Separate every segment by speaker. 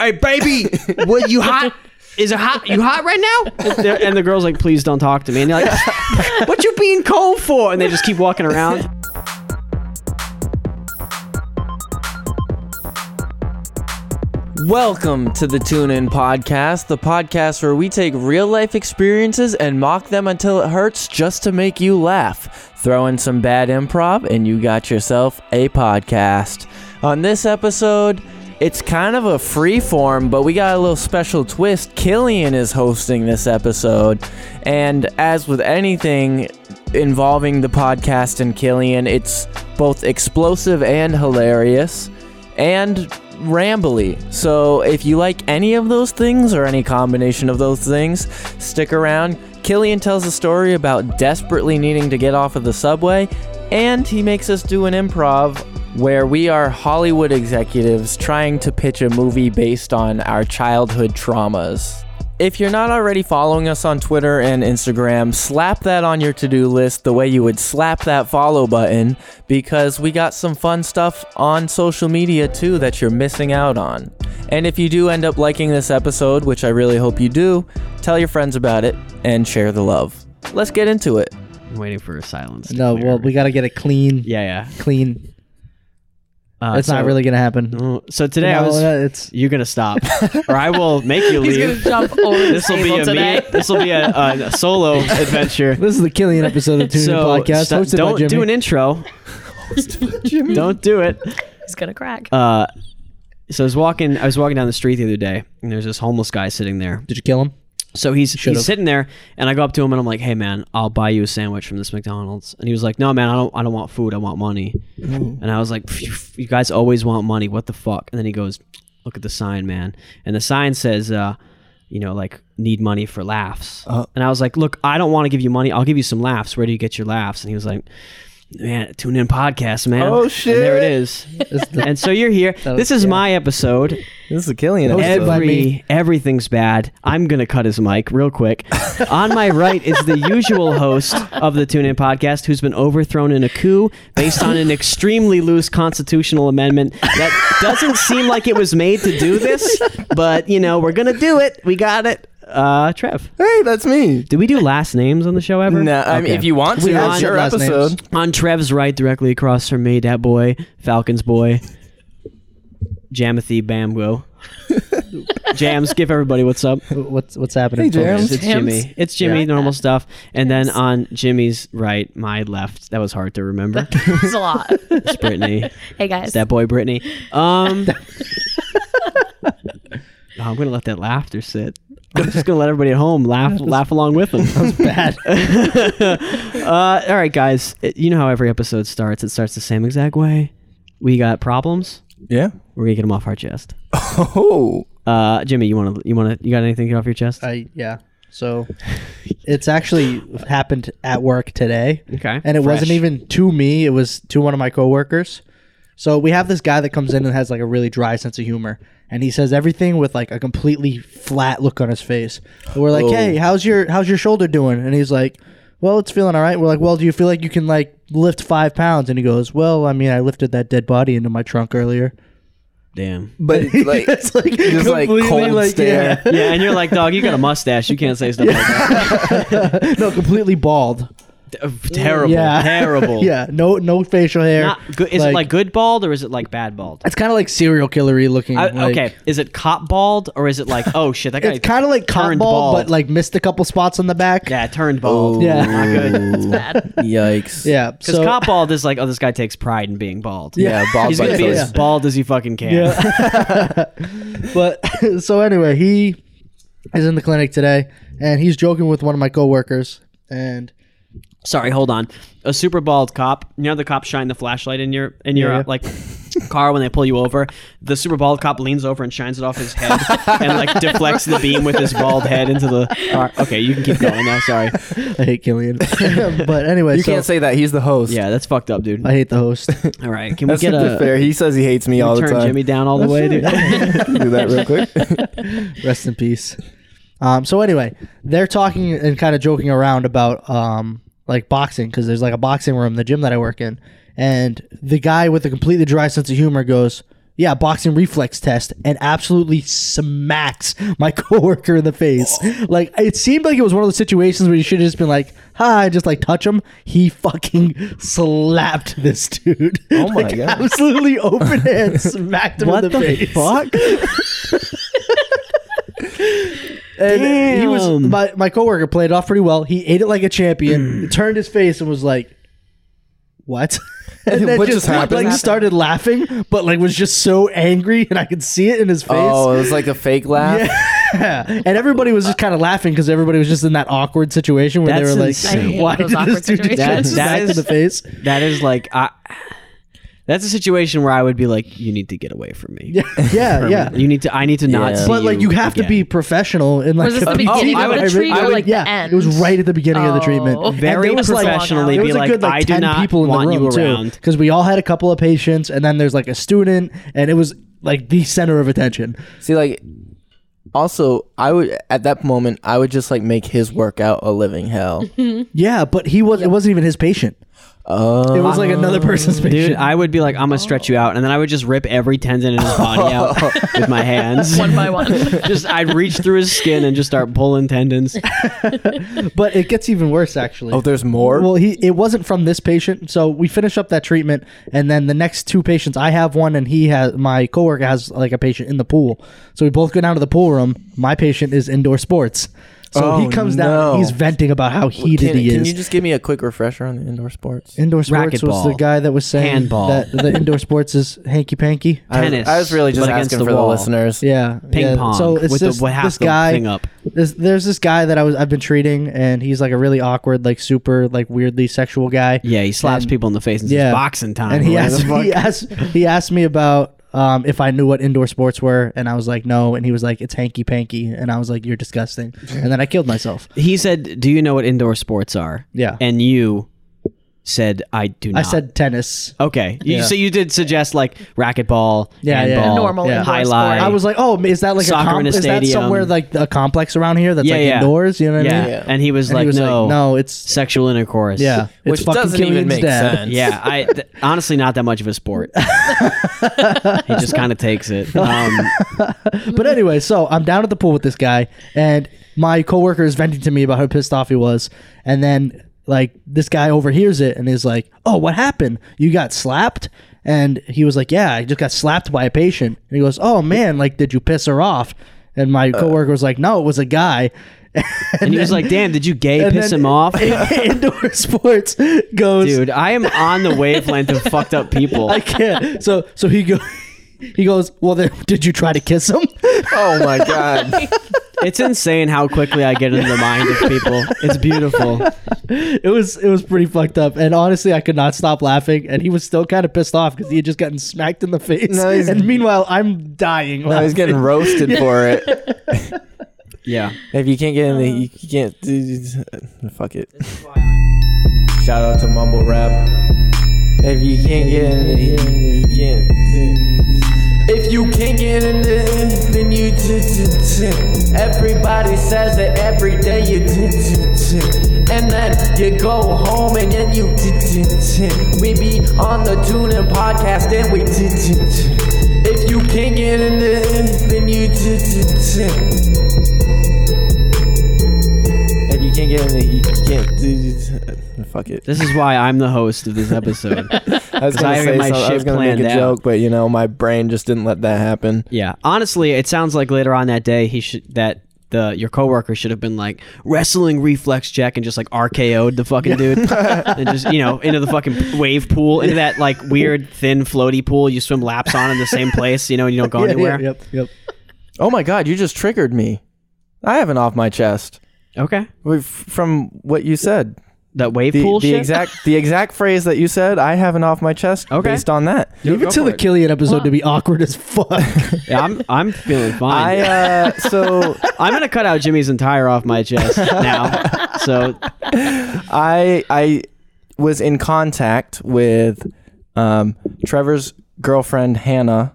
Speaker 1: hey, baby, what you hot? Is it hot? You hot right now? And the girl's like, please don't talk to me. And they're like, what you being cold for? And they just keep walking around.
Speaker 2: Welcome to the Tune In Podcast, the podcast where we take real life experiences and mock them until it hurts just to make you laugh. Throw in some bad improv, and you got yourself a podcast. On this episode, it's kind of a free form, but we got a little special twist. Killian is hosting this episode, and as with anything involving the podcast and Killian, it's both explosive and hilarious and rambly. So if you like any of those things or any combination of those things, stick around. Killian tells a story about desperately needing to get off of the subway, and he makes us do an improv where we are Hollywood executives trying to pitch a movie based on our childhood traumas. If you're not already following us on Twitter and Instagram, slap that on your to do list the way you would slap that follow button because we got some fun stuff on social media too that you're missing out on. And if you do end up liking this episode, which I really hope you do, tell your friends about it and share the love. Let's get into it.
Speaker 1: I'm waiting for a silence. to
Speaker 3: No,
Speaker 1: clear.
Speaker 3: well, we gotta get it clean.
Speaker 1: Yeah,
Speaker 3: Clean.
Speaker 1: yeah. Uh,
Speaker 3: It's
Speaker 1: so-
Speaker 3: not really gonna happen.
Speaker 1: Mm, So today I
Speaker 3: No,
Speaker 1: was.
Speaker 3: uh, it's
Speaker 1: You're gonna stop, or I will make you
Speaker 4: He's
Speaker 1: leave.
Speaker 4: gonna jump over the
Speaker 1: This will be
Speaker 4: table
Speaker 1: a
Speaker 4: today.
Speaker 1: This will be a, a solo adventure.
Speaker 3: this is the Killian episode of Tune In
Speaker 1: so
Speaker 3: Podcast,
Speaker 1: st-
Speaker 3: hosted
Speaker 1: don't
Speaker 3: by Jimmy.
Speaker 1: do an intro. Don't do it.
Speaker 4: He's gonna crack.
Speaker 1: Uh, so I was walking. I was walking down the street the other day, and there's this homeless guy sitting there.
Speaker 3: Did you kill him?
Speaker 1: So he's
Speaker 3: Should've.
Speaker 1: he's sitting there, and I go up to him and I'm like, "Hey, man, I'll buy you a sandwich from this McDonald's." And he was like, "No, man, I don't. I don't want food. I want money." And I was like, "Phew, "You guys always want money. What the fuck?" And then he goes, "Look at the sign, man." And the sign says, uh, "You know, like need money for laughs."
Speaker 3: Uh.
Speaker 1: and I was like, "Look, I don't want to give you money. I'll give you some laughs. Where do you get your laughs?" And he was like, "Man, tune in podcast, man."
Speaker 2: Oh,
Speaker 1: And there it
Speaker 2: shit.
Speaker 1: is.
Speaker 3: It's the-
Speaker 1: and so you're here.
Speaker 3: That
Speaker 1: this
Speaker 3: was-
Speaker 1: is
Speaker 3: yeah.
Speaker 1: my episode.
Speaker 2: This is a Killian
Speaker 3: Hosted
Speaker 2: episode.
Speaker 3: by-
Speaker 1: Every
Speaker 3: me.
Speaker 1: everything's bad. I'm gonna cut his mic real quick. On my right is the usual host of the Tune In podcast, who's been overthrown in a coup based on an extremely loose constitutional amendment that doesn't seem like it was made to do this, but you know we're gonna do it. We got it. Uh, Trev,
Speaker 2: Hey, that's me.
Speaker 1: did we do last names on the show ever?
Speaker 2: No, I mean,
Speaker 1: Okay.
Speaker 2: if you want to,
Speaker 1: We
Speaker 2: it's
Speaker 1: want
Speaker 2: your
Speaker 3: last names.
Speaker 2: episode.
Speaker 1: on Trev's right, directly across from me, that boy, Falcons boy, Jamathy Bamgo. Jams, give everybody what's up.
Speaker 3: what's what's happening?
Speaker 2: Hey,
Speaker 3: folks?
Speaker 2: Jams.
Speaker 1: It's Jimmy. It's Jimmy,
Speaker 4: Yeah.
Speaker 1: normal stuff. And then on Jimmy's right, my left. That was hard to remember.
Speaker 4: It's a lot.
Speaker 1: It's Brittany.
Speaker 4: Hey guys.
Speaker 1: It's that boy Brittany. Um I'm gonna let that laughter sit. I'm just gonna let everybody at home laugh laugh along with them. That was bad. uh, all right, guys. It- you know how every episode starts. It starts the same exact way. We got problems.
Speaker 2: Yeah.
Speaker 1: We're gonna get them off our chest.
Speaker 2: Oh.
Speaker 1: Uh, Jimmy, you wanna you wanna you got anything to get off your chest?
Speaker 3: I yeah. So it's actually happened at work today.
Speaker 1: Okay.
Speaker 3: And it wasn't
Speaker 1: Fresh.
Speaker 3: even to me, it was to one of my coworkers. So we have this guy that comes in and has like a really dry sense of humor. And he says everything with like a completely flat look on his face. And we're like,
Speaker 2: Oh.
Speaker 3: Hey, how's your how's your shoulder doing? And he's like, Well, it's feeling all right. We're like, Well, do you feel like you can like lift five pounds? And he goes, Well, I mean, I lifted that dead body into my trunk earlier.
Speaker 1: Damn.
Speaker 2: But it's like,
Speaker 3: It's, like,
Speaker 2: just like
Speaker 3: completely,
Speaker 2: cold
Speaker 3: like,
Speaker 2: stare.
Speaker 1: Yeah, and you're like, dog, you got a mustache. You can't say stuff like that.
Speaker 3: no, completely bald.
Speaker 1: Terrible.
Speaker 3: Yeah.
Speaker 1: Terrible.
Speaker 3: yeah. No no facial hair.
Speaker 1: Not good. Is it like good bald or is it like bad bald?
Speaker 3: it's kinda like serial killery looking.
Speaker 1: I-
Speaker 3: like-
Speaker 1: okay, is it cop bald or is it like oh shit that guy?
Speaker 3: It's kind of like cotton
Speaker 1: turned
Speaker 3: ball,
Speaker 1: bald.
Speaker 3: but like missed a couple spots on the back.
Speaker 1: yeah, turned bald.
Speaker 3: Yeah.
Speaker 1: not good.
Speaker 4: It's bad.
Speaker 2: Oh, Yikes.
Speaker 3: yeah.
Speaker 1: Because
Speaker 3: So
Speaker 1: cop bald is like oh this guy takes pride in being bald.
Speaker 2: Yeah, bald
Speaker 1: he's
Speaker 2: by
Speaker 1: gonna be
Speaker 2: choice.
Speaker 1: as bald as he fucking can.
Speaker 3: yeah. but so anyway, he is in the clinic today, and he's joking with one of my coworkers, and
Speaker 1: Sorry, hold on. A super bald cop. You know the cop shine the flashlight in your in your
Speaker 3: Yeah,
Speaker 1: uh,
Speaker 3: yeah.
Speaker 1: like car when they pull you over. The super bald cop leans over and shines it off his head and like deflects the beam with his bald head into the car. Okay, you can keep going now. Sorry.
Speaker 3: I hate Killian. but anyway,
Speaker 2: You
Speaker 3: so
Speaker 2: can't say that. He's the host.
Speaker 1: Yeah, that's fucked up, dude.
Speaker 3: I hate the host.
Speaker 1: All right, can we
Speaker 2: That's
Speaker 1: get
Speaker 2: super
Speaker 1: a
Speaker 2: fair. He says he hates me all the
Speaker 1: turn
Speaker 2: time.
Speaker 1: Jimmy down all the way, dude?
Speaker 2: Do that real quick.
Speaker 3: Rest in peace. Um, so anyway, they're talking and kind of joking around about um, like boxing because there's like a boxing room, in the gym that I work in, and the guy with the completely dry sense of humor goes, yeah, boxing reflex test, and absolutely smacks my coworker in the face. Like it seemed like it was one of those situations where you should have just been like, "Hi," just like touch him. He fucking slapped this dude.
Speaker 2: Oh my
Speaker 3: Like,
Speaker 2: God.
Speaker 3: Absolutely open hand smacked him
Speaker 1: What
Speaker 3: in the,
Speaker 1: the
Speaker 3: face.
Speaker 1: fuck?
Speaker 3: And he was
Speaker 1: Damn.
Speaker 3: my my coworker played it off pretty well. He ate it like a champion. turned his face and was like, "What?" And then
Speaker 2: What just
Speaker 3: just,
Speaker 2: happened?
Speaker 3: like started laughing, but like was just so angry, and I could see it in his face.
Speaker 2: Oh, it was like a fake laugh.
Speaker 3: Yeah. And everybody was just kind of laughing because everybody was just in that awkward situation where
Speaker 1: That's
Speaker 3: they were
Speaker 1: insane. I
Speaker 3: like,
Speaker 4: hate
Speaker 3: "Why did
Speaker 4: those
Speaker 3: this dude
Speaker 4: awkward
Speaker 3: just
Speaker 1: situations.
Speaker 3: get
Speaker 1: That- that
Speaker 3: smacked in
Speaker 1: is-
Speaker 3: the face?"
Speaker 1: That is like I. That's a situation where I would be like, "You need to get away from me.
Speaker 3: Yeah, yeah.
Speaker 1: You need to. I need to not."
Speaker 2: Yeah.
Speaker 1: see
Speaker 3: But like, you have to
Speaker 1: again.
Speaker 3: be professional and like.
Speaker 4: Was this the
Speaker 3: compete
Speaker 4: beginning
Speaker 3: in
Speaker 4: of the
Speaker 3: every-
Speaker 4: treat or, like, the
Speaker 3: yeah,
Speaker 4: end?
Speaker 3: It was right at the beginning of the treatment.
Speaker 4: Oh.
Speaker 3: And there
Speaker 1: very
Speaker 3: was, like,
Speaker 1: professionally
Speaker 4: There
Speaker 1: be like, "I do not want you around."
Speaker 3: because we all had a couple of patients, and then there's like a student, and it was like the center of attention.
Speaker 2: See, like, also, I would at that moment, I would just like make his workout a living hell.
Speaker 3: Yeah, but he was. It wasn't even his patient.
Speaker 2: Oh,
Speaker 3: It was like another person's patient.
Speaker 1: Dude, I would be like, I'm gonna stretch you out, and then I would just rip every tendon in his body out with my hands.
Speaker 4: one by one.
Speaker 1: just I'd reach through his skin and just start pulling tendons.
Speaker 3: but it gets even worse, actually.
Speaker 2: oh, there's more.
Speaker 3: Well, he it wasn't from this patient, so we finish up that treatment, and then the next two patients, I have one, and he has my coworker has like a patient in the pool. So we both go down to the pool room. My patient is indoor sports, so
Speaker 2: Oh,
Speaker 3: he comes down.
Speaker 2: no.
Speaker 3: And he's venting about how heated
Speaker 2: can,
Speaker 3: he
Speaker 2: can
Speaker 3: is.
Speaker 2: you just give me a quick refresher on the indoor sports?
Speaker 3: indoor sports was
Speaker 1: Racquetball.
Speaker 3: the guy that was saying
Speaker 1: Handball.
Speaker 3: that the indoor sports is hanky panky.
Speaker 2: I was-
Speaker 1: Tennis,
Speaker 2: I, was really just
Speaker 1: but against
Speaker 2: asking
Speaker 1: the
Speaker 2: for
Speaker 1: wall.
Speaker 2: the listeners.
Speaker 3: Yeah,
Speaker 1: Ping
Speaker 3: yeah.
Speaker 1: pong.
Speaker 3: So it's
Speaker 1: with
Speaker 3: just
Speaker 1: the half
Speaker 3: this
Speaker 1: the
Speaker 3: guy.
Speaker 1: thing up.
Speaker 3: There's, there's this guy that I was I've been treating, and he's like a really awkward, like super, like weirdly sexual guy.
Speaker 1: Yeah, he slaps
Speaker 3: And-
Speaker 1: people in the face and says,
Speaker 3: yeah.
Speaker 1: "Boxing time."
Speaker 3: and he
Speaker 1: or whatever
Speaker 3: asked,
Speaker 1: the fuck.
Speaker 3: he asked he asked me about um, if I knew what indoor sports were, and I was like, no. And he was like, it's hanky panky, and I was like, you're disgusting. And then I killed myself.
Speaker 1: He said, "Do you know what indoor sports are?"
Speaker 3: Yeah.
Speaker 1: and you said, "I do not."
Speaker 3: I said tennis.
Speaker 1: Okay, you,
Speaker 3: Yeah.
Speaker 1: so you did suggest like racquetball,
Speaker 3: Yeah, yeah.
Speaker 1: handball,
Speaker 4: Normal
Speaker 3: yeah.
Speaker 4: indoor
Speaker 1: high
Speaker 4: sport.
Speaker 1: lie.
Speaker 3: I was like, oh, is that like
Speaker 1: Soccer
Speaker 3: a com-
Speaker 1: in a
Speaker 3: is that
Speaker 1: stadium.
Speaker 3: somewhere like a complex around here that's
Speaker 1: yeah,
Speaker 3: like
Speaker 1: yeah.
Speaker 3: indoors? You know what
Speaker 1: yeah.
Speaker 3: I mean?
Speaker 2: Yeah.
Speaker 1: And he was
Speaker 3: And
Speaker 1: like,
Speaker 3: he was
Speaker 1: "No,
Speaker 3: like, no, it's
Speaker 1: sexual intercourse."
Speaker 3: yeah, it's
Speaker 2: Which
Speaker 3: fucking
Speaker 2: doesn't even
Speaker 3: Killian's
Speaker 2: make
Speaker 3: dad.
Speaker 2: sense.
Speaker 1: Yeah, I th- honestly not that much of a sport. he just kind of takes it. Um,
Speaker 3: But anyway, so I'm down at the pool with this guy, and my coworker is venting to me about how pissed off he was, and then like this guy overhears it and is like, "Oh, what happened? You got slapped?" And he was like, "Yeah, I just got slapped by a patient." And he goes, "Oh man, like did you piss her off?" And my
Speaker 2: Uh,
Speaker 3: coworker was like, "No, it was a guy." and,
Speaker 1: and he was
Speaker 3: then-
Speaker 1: like, "Damn, did you gay
Speaker 3: and
Speaker 1: piss
Speaker 3: then
Speaker 1: him off?"
Speaker 3: indoor sports goes,
Speaker 1: Dude, I am on the wavelength of fucked up people.
Speaker 3: "I can't." So so he go he goes, "Well, then did you try to kiss him?"
Speaker 2: Oh my god.
Speaker 1: It's insane how quickly I get into the mind of people. It's beautiful.
Speaker 3: it was it was pretty fucked up and honestly i could not stop laughing and he was still kind of pissed off because he had just gotten smacked in the face
Speaker 2: No, he's-
Speaker 3: and meanwhile i'm dying
Speaker 2: I was
Speaker 3: laughing.
Speaker 2: getting roasted for it.
Speaker 1: Yeah.
Speaker 2: If you can't get in the, you can't. Fuck it. Shout out to Mumble Rap. If you can't get in the, you can't. If you can't get in the, then you. Everybody says it every day. You. And then you go home and then you. We be on the TuneIn podcast and we. If you can't get in the, then you. If you can't get in the, you can't. do- Fuck it.
Speaker 1: This is why I'm the host of this episode.
Speaker 2: I was
Speaker 1: I
Speaker 2: gonna
Speaker 1: had
Speaker 2: say
Speaker 1: my
Speaker 2: something. I
Speaker 1: shit
Speaker 2: was gonna make
Speaker 1: planned
Speaker 2: a
Speaker 1: out.
Speaker 2: joke, but you know, my brain just didn't let that happen.
Speaker 1: Yeah. Honestly, it sounds like later on that day he should that the your coworker should have been like wrestling reflex check and just like RKO'd the fucking dude and just you know into the fucking wave pool into that like weird thin floaty pool you swim laps on in the same place you know and you don't go
Speaker 3: Yeah,
Speaker 1: anywhere.
Speaker 3: yeah, yep yep
Speaker 2: Oh my god, you just triggered me. I have an off my chest
Speaker 1: Okay.
Speaker 2: We- from what you said.
Speaker 1: That wave
Speaker 2: The,
Speaker 1: pool
Speaker 2: the
Speaker 1: shit.
Speaker 2: exact the exact phrase that you said. I have an off my chest
Speaker 1: Okay.
Speaker 2: based on that.
Speaker 3: leave it to the killian episode to be awkward as fuck
Speaker 1: Yeah, I'm I'm feeling
Speaker 2: I
Speaker 1: fine. I,
Speaker 2: uh, so
Speaker 1: am gonna cut out Jimmy's entire off my chest now. So
Speaker 2: I I was in contact with um, Trevor's girlfriend Hannah,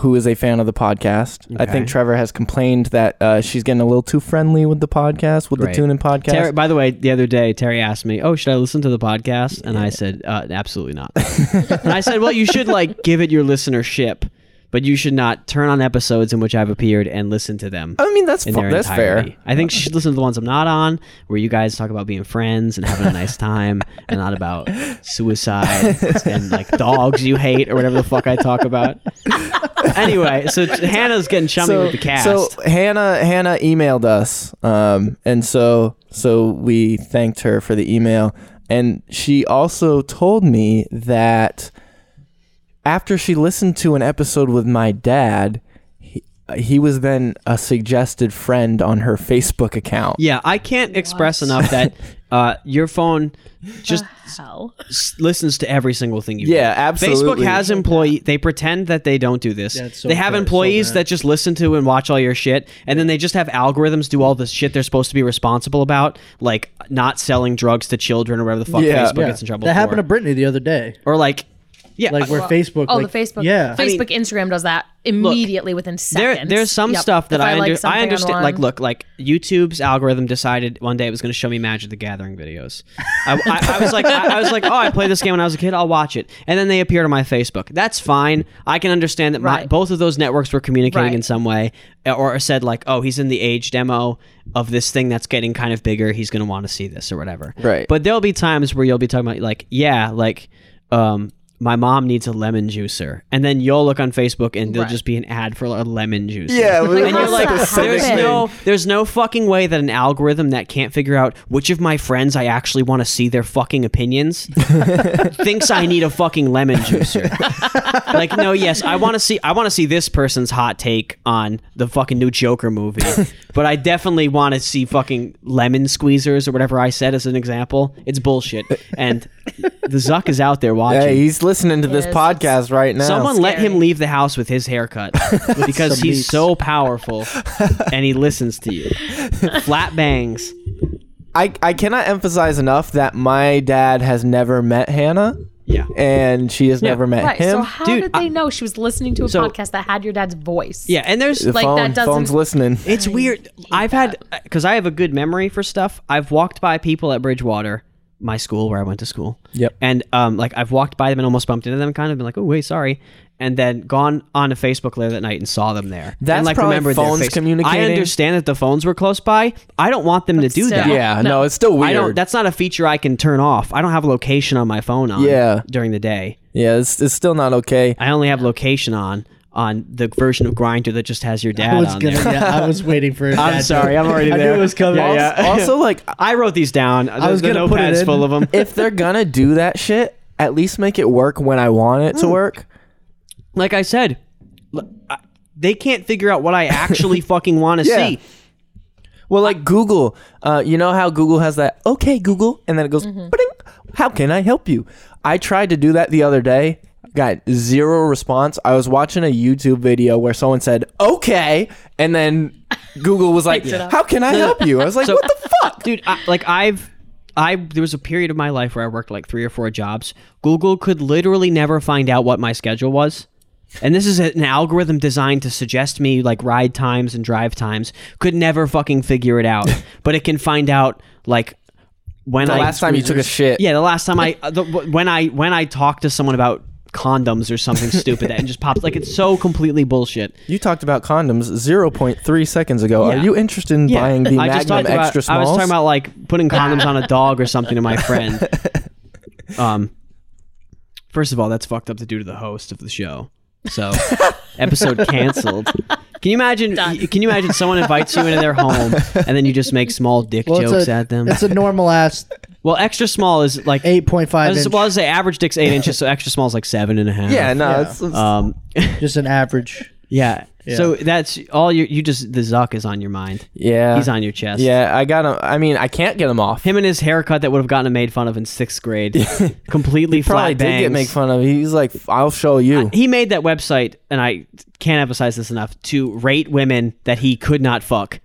Speaker 2: who is a fan of the podcast. I think
Speaker 1: Okay.
Speaker 2: Trevor has complained that uh, she's getting a little too friendly with the podcast, with
Speaker 1: Right.
Speaker 2: the TuneIn podcast.
Speaker 1: Terry, by the way, the other day Terry asked me, "Oh, should I listen to the podcast?" And I said, uh, "Absolutely not." and I said, "Well, you should like give it your listenership." but you should not turn on episodes in which I've appeared and listen to them.
Speaker 2: I mean, that's
Speaker 1: in
Speaker 2: fu-
Speaker 1: their
Speaker 2: Oh, that's
Speaker 1: entirety.
Speaker 2: fair.
Speaker 1: I think you should listen to the ones I'm not on, where you guys talk about being friends and having a nice time, and not about suicide and like dogs you hate or whatever the fuck I talk about. anyway, so t- Hannah's getting chummy with the cast.
Speaker 2: so Hannah Hannah emailed us, um, and so so we thanked her for the email, and she also told me that after she listened to an episode with my dad, he, he was then a suggested friend on her Facebook account.
Speaker 1: yeah, I can't express
Speaker 4: What?
Speaker 1: enough that uh, your phone just
Speaker 4: Hell.
Speaker 1: s- listens to every single thing you do.
Speaker 2: Yeah, absolutely.
Speaker 1: Facebook has employee. They pretend that they don't do this.
Speaker 3: Yeah, it's so
Speaker 1: they have
Speaker 3: bad, so
Speaker 1: employees
Speaker 3: bad.
Speaker 1: that just listen to and watch all your shit, and then they just have algorithms do all the shit they're supposed to be responsible about, like not selling drugs to children or whatever the fuck
Speaker 2: Yeah.
Speaker 1: Facebook gets in trouble.
Speaker 3: that
Speaker 1: for.
Speaker 3: happened to Brittany the other day.
Speaker 1: or like, yeah, uh,
Speaker 3: Like where Facebook.
Speaker 4: Oh,
Speaker 3: like,
Speaker 4: the Facebook.
Speaker 3: Yeah.
Speaker 1: mean-
Speaker 4: Facebook, Instagram does that immediately within
Speaker 1: there,
Speaker 4: seconds.
Speaker 1: there's some
Speaker 4: Yep.
Speaker 1: stuff that
Speaker 4: If
Speaker 1: I,
Speaker 4: like
Speaker 1: under- I
Speaker 4: something
Speaker 1: understand.
Speaker 4: online-
Speaker 1: Like, look, like YouTube's algorithm decided one day it was going to show me Magic the Gathering videos. I, I, I was like, I, I was like, oh, I played this game when I was a kid. I'll watch it, and then they appeared on my Facebook. That's fine. I can understand that my,
Speaker 4: Right.
Speaker 1: both of those networks were communicating
Speaker 4: Right.
Speaker 1: in some way, or said like, oh, he's in the age demo of this thing that's getting kind of bigger. He's going to want to see this or whatever.
Speaker 2: Right.
Speaker 1: But there'll be times where you'll be talking about like, yeah, like. um my mom needs a lemon juicer, and then you'll look on Facebook, and there'll
Speaker 4: Right.
Speaker 1: just be an ad for a lemon juice.
Speaker 2: Yeah,
Speaker 4: Like,
Speaker 1: and you're
Speaker 4: how's
Speaker 1: like,
Speaker 4: that
Speaker 1: there's
Speaker 4: happen?
Speaker 1: no, there's no fucking way that an algorithm that can't figure out which of my friends I actually want to see their fucking opinions thinks I need a fucking lemon juicer. like, no, yes, I want to see, I want to see this person's hot take on the fucking new Joker movie, but I definitely want to see fucking lemon squeezers or whatever I said as an example. It's bullshit, and the Zuck is out there watching.
Speaker 2: Hey, he's listening to this
Speaker 4: Yes,
Speaker 2: podcast right now.
Speaker 1: Someone let him
Speaker 4: Scary.
Speaker 1: leave the house with his haircut because he's so powerful and he listens to you. Flat bangs.
Speaker 2: I, I cannot emphasize enough that my dad has never met Hannah,
Speaker 1: Yeah.
Speaker 2: and she has never met
Speaker 4: Right.
Speaker 2: him.
Speaker 4: So how
Speaker 1: Dude,
Speaker 4: did they know she was listening to a
Speaker 1: So-
Speaker 4: podcast that had your dad's voice?
Speaker 1: Yeah, and there's
Speaker 2: the
Speaker 1: like
Speaker 4: like,
Speaker 2: phone,
Speaker 4: that doesn't-
Speaker 2: phone's listening.
Speaker 1: it's weird. I've had cuz I have a good memory for stuff. I've walked by people at Bridgewater, my school where I went to school.
Speaker 2: Yep.
Speaker 1: And um like I've walked by them and almost bumped into them kind of been like, "Oh, wait, sorry." And then gone on to Facebook later that night and saw them there.
Speaker 2: That's
Speaker 1: and like
Speaker 2: probably
Speaker 1: remembered their
Speaker 2: phones
Speaker 1: face. I
Speaker 2: communicating.
Speaker 1: understand that the phones were close by. I don't want them to do
Speaker 4: still.
Speaker 1: that.
Speaker 2: Yeah, no,
Speaker 4: No.
Speaker 2: it's still weird.
Speaker 1: I don't. That's not a feature I can turn off. I don't have location on my phone on.
Speaker 2: Yeah.
Speaker 1: During the day,
Speaker 2: yeah, it's, it's still not okay.
Speaker 1: I only have location on on the version of Grinder that just has your dad
Speaker 3: I was
Speaker 1: on
Speaker 3: gonna.
Speaker 1: there.
Speaker 3: Yeah, I was waiting for.
Speaker 1: I'm sorry, I'm already
Speaker 3: I
Speaker 1: there.
Speaker 3: knew it was coming.
Speaker 1: Yeah, yeah.
Speaker 2: also, like,
Speaker 1: I wrote these down. I
Speaker 3: was
Speaker 1: the
Speaker 3: gonna put it
Speaker 1: notepad's
Speaker 3: in.
Speaker 1: full of them.
Speaker 2: if they're gonna do that shit, at least make it work when I want it
Speaker 1: Hmm.
Speaker 2: to work.
Speaker 1: like I said, l- I- they can't figure out what I actually fucking want to
Speaker 2: Yeah.
Speaker 1: see.
Speaker 2: Well, like Google, uh, you know how Google has that, okay, Google, and then it goes,
Speaker 1: Mm-hmm.
Speaker 2: "Ba-ding, how can I help you? I tried to do that the other day, got zero response. I was watching a YouTube video where someone said, okay, and then Google was like,
Speaker 4: up.
Speaker 2: how can I help you? I was like,
Speaker 1: So-
Speaker 2: what the fuck?
Speaker 1: dude I, like i've i there was a period of my life where i worked like three or four jobs google could literally never find out what my schedule was and this is an algorithm designed to suggest me like ride times and drive times could never fucking figure it out but it can find out like when
Speaker 2: The
Speaker 1: i
Speaker 2: last time you took a shit.
Speaker 1: yeah, the last time I uh, the, when I when I talked to someone about condoms or something stupid that and just pops like it's so completely bullshit.
Speaker 2: You talked about condoms 0.3 seconds ago.
Speaker 1: Yeah.
Speaker 2: Are you interested in buying the
Speaker 1: I just
Speaker 2: Magnum
Speaker 1: talked about
Speaker 2: Extra
Speaker 1: I was
Speaker 2: Smalls?
Speaker 1: talking about like putting condoms on a dog or something to my friend. Um, first of all, that's fucked up to do to the host of the show. So, episode canceled. Can you imagine? Can you imagine someone invites you into their home and then you just make small dick
Speaker 3: Well, it's
Speaker 1: jokes
Speaker 3: a-
Speaker 1: at them?
Speaker 3: It's a normal ass
Speaker 1: well, extra small is like
Speaker 3: eight point
Speaker 1: I
Speaker 3: five
Speaker 1: was,
Speaker 3: inch.
Speaker 1: well, I was say average dick's eight inches, so extra small is like seven and a half.
Speaker 2: yeah, no, It's, it's-
Speaker 1: Um,
Speaker 3: just an average.
Speaker 1: yeah. So that's all you. You just the zuck is on your mind.
Speaker 2: yeah.
Speaker 1: He's on your chest.
Speaker 2: Yeah, I got him. I mean, I can't get him off.
Speaker 1: Him and his haircut that would have gotten him made fun of in sixth grade. Completely
Speaker 2: Probably
Speaker 1: flat
Speaker 2: did
Speaker 1: bangs.
Speaker 2: get make fun of. He's like, I'll show you.
Speaker 1: He made that website, and I can't emphasize this enough, to rate women that he could not fuck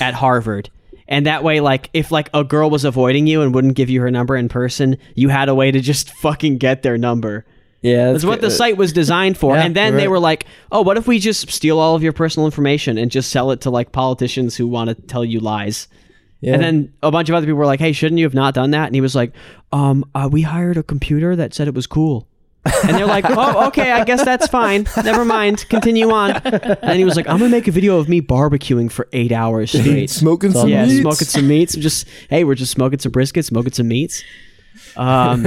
Speaker 1: at Harvard. And that way, like, if like a girl was avoiding you and wouldn't give you her number in person, you had a way to just fucking get their number.
Speaker 2: yeah,
Speaker 1: That's what the site was designed for.
Speaker 3: uh, Yeah,
Speaker 1: and then
Speaker 3: you're
Speaker 1: they
Speaker 3: right.
Speaker 1: were like, oh, what if we just steal all of your personal information and just sell it to like politicians who want to tell you lies? And then a bunch of other people were like, hey, shouldn't you have not done that? And he was like, um, uh, we hired a computer that said it was cool. And they're like, oh, okay, I guess that's fine. Never mind. Continue on. And then he was like, I'm going to make a video of me barbecuing for eight hours straight.
Speaker 5: Smoking some
Speaker 1: yeah,
Speaker 5: meats.
Speaker 1: smoking some meats. Just, hey, we're just smoking some brisket, smoking some meats. Um,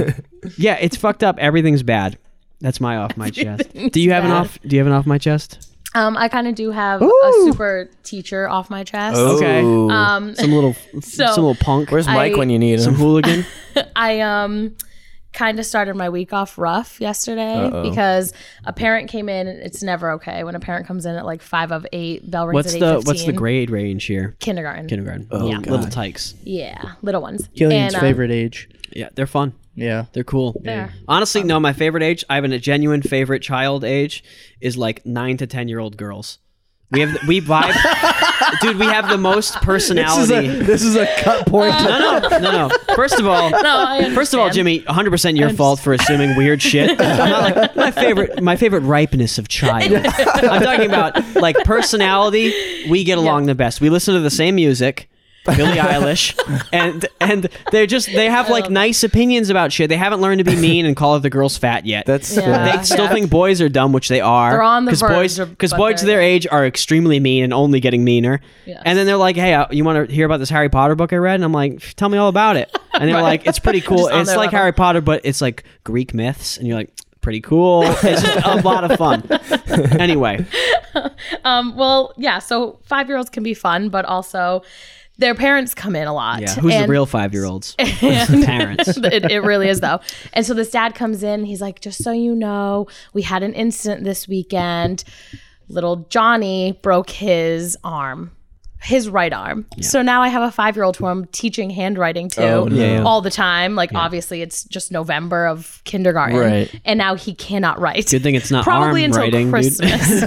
Speaker 1: yeah, it's fucked up. Everything's bad. That's my off my chest. Do you have an
Speaker 4: bad.
Speaker 1: off? Do you have an off my chest?
Speaker 4: Um, I kind of do have
Speaker 1: Ooh.
Speaker 4: a super teacher off my chest.
Speaker 1: Okay.
Speaker 2: Ooh.
Speaker 4: Um,
Speaker 1: Some little,
Speaker 4: So-
Speaker 1: some little punk.
Speaker 2: Where's Mike
Speaker 4: I-
Speaker 2: when you need
Speaker 1: some
Speaker 2: him?
Speaker 1: hooligan?
Speaker 4: I um kind of started my week off rough yesterday because a parent came in. and It's never okay when a parent comes in at like five of eight. Bell rings
Speaker 1: What's
Speaker 4: at eight
Speaker 1: the
Speaker 4: fifteen.
Speaker 1: What's the grade range here?
Speaker 4: Kindergarten.
Speaker 1: Kindergarten. Oh,
Speaker 4: Yeah.
Speaker 1: Little tykes.
Speaker 4: Yeah, little ones.
Speaker 3: Killian's
Speaker 4: And, um,
Speaker 3: favorite age.
Speaker 1: Yeah, they're fun.
Speaker 3: Yeah.
Speaker 1: They're cool.
Speaker 4: They are.
Speaker 1: Honestly, no, my favorite age, I have a genuine favorite child age is like 9 to 10 year old girls. We have we vibe Dude, we have the most
Speaker 3: This is, a,
Speaker 1: personality.
Speaker 3: this is a cut point.
Speaker 1: no, no, no, no. First of all,
Speaker 4: No, I
Speaker 1: First of all,
Speaker 4: understand.
Speaker 1: Jimmy, 100% your fault for assuming weird shit. I'm not like my favorite my favorite ripeness of child. I'm talking about like personality, we get along the best. We listen to the same music. Billie Eilish and and they're just they have like nice opinions about shit. They haven't learned to be mean and call other girls fat yet.
Speaker 2: That's
Speaker 4: Uh, Yeah.
Speaker 1: they still think boys are dumb, which they are.
Speaker 4: They're on the
Speaker 1: because
Speaker 4: verge
Speaker 1: boys
Speaker 4: of-
Speaker 1: because
Speaker 4: but
Speaker 1: boys
Speaker 4: they're-
Speaker 1: their age are extremely mean and only getting meaner.
Speaker 4: Yes.
Speaker 1: And then they're like, "Hey, uh, you want to hear about this Harry Potter book I read?" And I'm like, "Tell me all about it." And they're like, "It's pretty cool.
Speaker 4: Just on
Speaker 1: It's
Speaker 4: their
Speaker 1: like
Speaker 4: level.
Speaker 1: Harry Potter, but it's like Greek myths." And you're like, "Pretty cool. It's just a lot of fun." Anyway,
Speaker 4: Um, well, yeah. So five year olds can be fun, but also their parents come in a lot.
Speaker 1: yeah, who's the
Speaker 4: And-
Speaker 1: real five year olds? Parents.
Speaker 4: it, it really is though. And so this dad comes in. He's like, just so you know, we had an incident this weekend. Little Johnny broke his arm, his right arm. So now I have a five year old who I'm teaching handwriting to
Speaker 1: Oh,
Speaker 4: all the time. Like obviously it's just November of kindergarten,
Speaker 2: Right.
Speaker 4: And now he cannot write.
Speaker 1: Good thing it's not
Speaker 4: Probably
Speaker 1: arm
Speaker 4: until
Speaker 1: writing, dude.
Speaker 4: Christmas.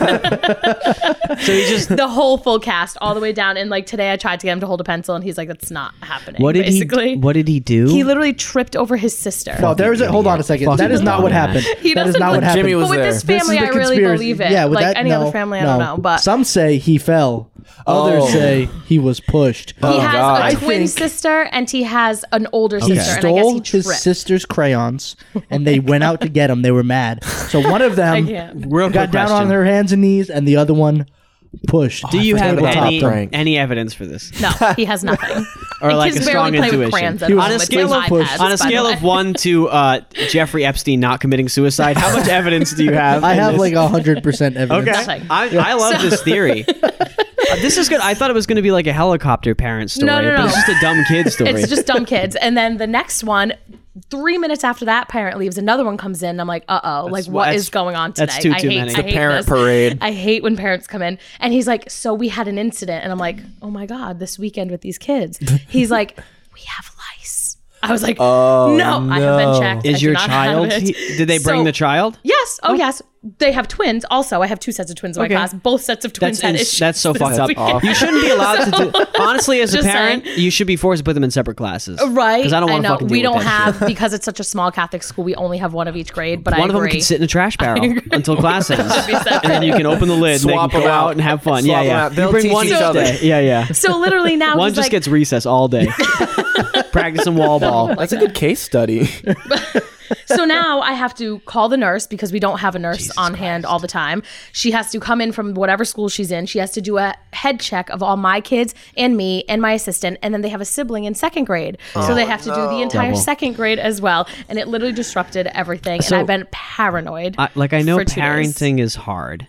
Speaker 1: So you just
Speaker 4: the whole full cast, all the way down. And like today, I tried to get him to hold a pencil, and he's like, "That's not happening."
Speaker 1: what did
Speaker 4: basically?
Speaker 1: he what did he do?
Speaker 4: He literally tripped over his sister.
Speaker 3: No, there is a, hold on a second.
Speaker 1: Fucking
Speaker 3: That is not what happened.
Speaker 4: He
Speaker 3: That is
Speaker 4: doesn't
Speaker 3: not what
Speaker 4: look-
Speaker 3: happened.
Speaker 2: Jimmy was
Speaker 4: but with
Speaker 2: there.
Speaker 4: this
Speaker 3: This is
Speaker 4: family,
Speaker 3: the
Speaker 4: I really
Speaker 3: conspiracy-
Speaker 4: believe it.
Speaker 3: Yeah, with
Speaker 4: like
Speaker 3: that,
Speaker 4: any
Speaker 3: no,
Speaker 4: other family, I
Speaker 3: no.
Speaker 4: don't know. But
Speaker 3: some say he fell. Others
Speaker 2: Oh.
Speaker 3: say he was pushed.
Speaker 1: Oh,
Speaker 4: he has
Speaker 2: God. I
Speaker 4: a twin
Speaker 3: think-
Speaker 4: sister and he has an older
Speaker 3: He
Speaker 4: sister, and I guess
Speaker 3: stole
Speaker 4: he
Speaker 3: his
Speaker 4: tripped.
Speaker 3: sister's crayons, and they went out to get him. They were mad, so one of them
Speaker 4: can't.
Speaker 1: Real
Speaker 3: got
Speaker 1: quick
Speaker 3: down on
Speaker 1: question.
Speaker 3: her hands and knees, and the other one pushed.
Speaker 1: Do you have
Speaker 3: Tabletop
Speaker 1: any
Speaker 3: them.
Speaker 2: prank.
Speaker 1: any evidence for this?
Speaker 4: no, he has nothing.
Speaker 1: or
Speaker 4: And
Speaker 1: like a
Speaker 4: kids
Speaker 1: strong
Speaker 4: barely play
Speaker 1: intuition.
Speaker 4: with crayons at
Speaker 3: He was
Speaker 4: home.
Speaker 1: on a
Speaker 4: It's
Speaker 1: scale
Speaker 4: like
Speaker 1: of
Speaker 3: push-
Speaker 1: on
Speaker 4: iPads, by
Speaker 1: a
Speaker 4: the
Speaker 1: scale
Speaker 4: way.
Speaker 1: of one to uh, Jeffrey Epstein not committing suicide, how much evidence do you have?
Speaker 3: I
Speaker 1: in
Speaker 3: have
Speaker 1: this?
Speaker 3: like hundred percent evidence.
Speaker 1: okay.
Speaker 4: Nothing.
Speaker 1: I, I love this theory. Uh, this is good. I thought it was going to be like a helicopter parent story,
Speaker 4: No, no,
Speaker 1: but
Speaker 4: no.
Speaker 1: it's just a dumb kid story.
Speaker 4: It's just dumb kids. And then the next one, three minutes after that parent leaves, another one comes in. And I'm like, uh oh, like
Speaker 1: well,
Speaker 4: what
Speaker 1: that's-
Speaker 4: is going on today?
Speaker 1: that's too-
Speaker 4: I
Speaker 1: too
Speaker 4: hate,
Speaker 1: many.
Speaker 4: I
Speaker 1: The
Speaker 4: hate
Speaker 2: parent
Speaker 4: this.
Speaker 2: parade.
Speaker 4: I hate when parents come in. And he's like, so we had an incident. And I'm like, oh my God, this weekend with these kids. He's like, we have lice. I was like, no, I have been checked. I
Speaker 1: Oh, is
Speaker 4: do
Speaker 1: your
Speaker 4: not have
Speaker 1: child?
Speaker 4: it."
Speaker 1: he- did they bring
Speaker 4: So-
Speaker 1: the child?
Speaker 4: Yes. Oh, yes. They have twins. Also, I have two sets of twins in
Speaker 1: Okay.
Speaker 4: my class. Both sets of twins
Speaker 1: That's
Speaker 4: had
Speaker 1: ins-
Speaker 4: issues.
Speaker 1: that's so
Speaker 4: this
Speaker 1: fucked up.
Speaker 4: weekend.
Speaker 1: You shouldn't be allowed to do. Honestly, as a
Speaker 4: Just
Speaker 1: parent, you should be forced to put them in separate classes.
Speaker 4: Right.
Speaker 1: Because I don't want to
Speaker 4: know.
Speaker 1: fucking deal
Speaker 4: We
Speaker 1: with
Speaker 4: don't
Speaker 1: that shit.
Speaker 4: have because it's such a small Catholic school. We only have one of each grade. But
Speaker 1: One
Speaker 4: I
Speaker 1: of
Speaker 4: agree.
Speaker 1: them can sit in a trash barrel until class ends,
Speaker 4: Be separate.
Speaker 1: and then you can open the lid,
Speaker 2: Swap
Speaker 1: and they can
Speaker 2: 'em
Speaker 1: go out
Speaker 2: out.
Speaker 1: and have fun.
Speaker 2: Swap
Speaker 1: yeah,
Speaker 2: 'em
Speaker 1: yeah.
Speaker 2: out. They'll
Speaker 1: you bring
Speaker 2: teach
Speaker 1: one
Speaker 2: each
Speaker 1: each
Speaker 2: other.
Speaker 1: day. Yeah, yeah.
Speaker 4: So literally now
Speaker 1: One
Speaker 4: he's
Speaker 1: just
Speaker 4: like,
Speaker 1: gets recess all day, practicing wall ball.
Speaker 2: That's a good case study.
Speaker 4: so now I have to call the nurse because we don't have a nurse on hand all the time. She has to come in from whatever school she's in. She has to do a head check of all my kids and me and my assistant, and then they have a sibling in second grade, so they have to do the entire
Speaker 1: Oh, Double.
Speaker 4: second grade as well. And it literally disrupted everything,
Speaker 1: So-
Speaker 4: and I've been paranoid.
Speaker 1: I, like I know
Speaker 4: for two days.
Speaker 1: parenting is hard,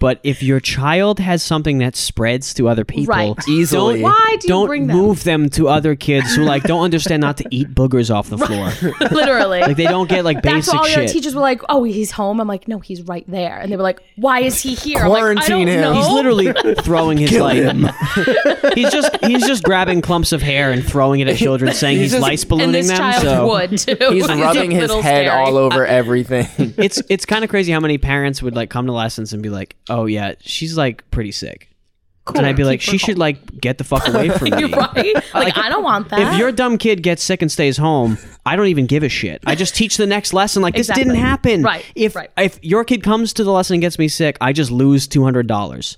Speaker 1: but if your child has something that spreads to other people,
Speaker 4: Right.
Speaker 2: Easily.
Speaker 1: don't,
Speaker 4: Why do you
Speaker 1: don't
Speaker 4: bring them?
Speaker 1: move them to other kids who like don't understand not to eat boogers off the floor.
Speaker 4: literally.
Speaker 1: Like they don't get like
Speaker 4: That's
Speaker 1: basic
Speaker 4: why all the
Speaker 1: shit.
Speaker 4: other teachers were like, "Oh, he's home." I'm like, "No, he's right there." And they were like, "Why is he here?" I'm like, I
Speaker 2: Quarantine
Speaker 4: don't
Speaker 2: him.
Speaker 4: know.
Speaker 1: He's literally throwing his like he's just he's just grabbing clumps of hair and throwing it at children, saying he's,
Speaker 2: just-
Speaker 1: lice
Speaker 4: and
Speaker 1: ballooning
Speaker 4: this
Speaker 1: them.
Speaker 4: child
Speaker 1: so
Speaker 4: would too.
Speaker 2: He's
Speaker 4: It's a
Speaker 2: rubbing his
Speaker 4: little
Speaker 2: head
Speaker 4: scary.
Speaker 2: all over everything.
Speaker 1: it's it's kind of crazy how many parents would like come to lessons and be like, "Oh yeah, she's like pretty sick," and I'd be like,
Speaker 4: Keep her
Speaker 1: "She should like get the fuck away from me."
Speaker 4: You're right. Like, I don't want that.
Speaker 1: If your dumb kid gets sick and stays home, I don't even give a shit. I just teach the next lesson like this
Speaker 4: Exactly.
Speaker 1: didn't happen.
Speaker 4: Right,
Speaker 1: If
Speaker 4: right.
Speaker 1: if your kid comes to the lesson and gets me sick, I just lose two hundred dollars.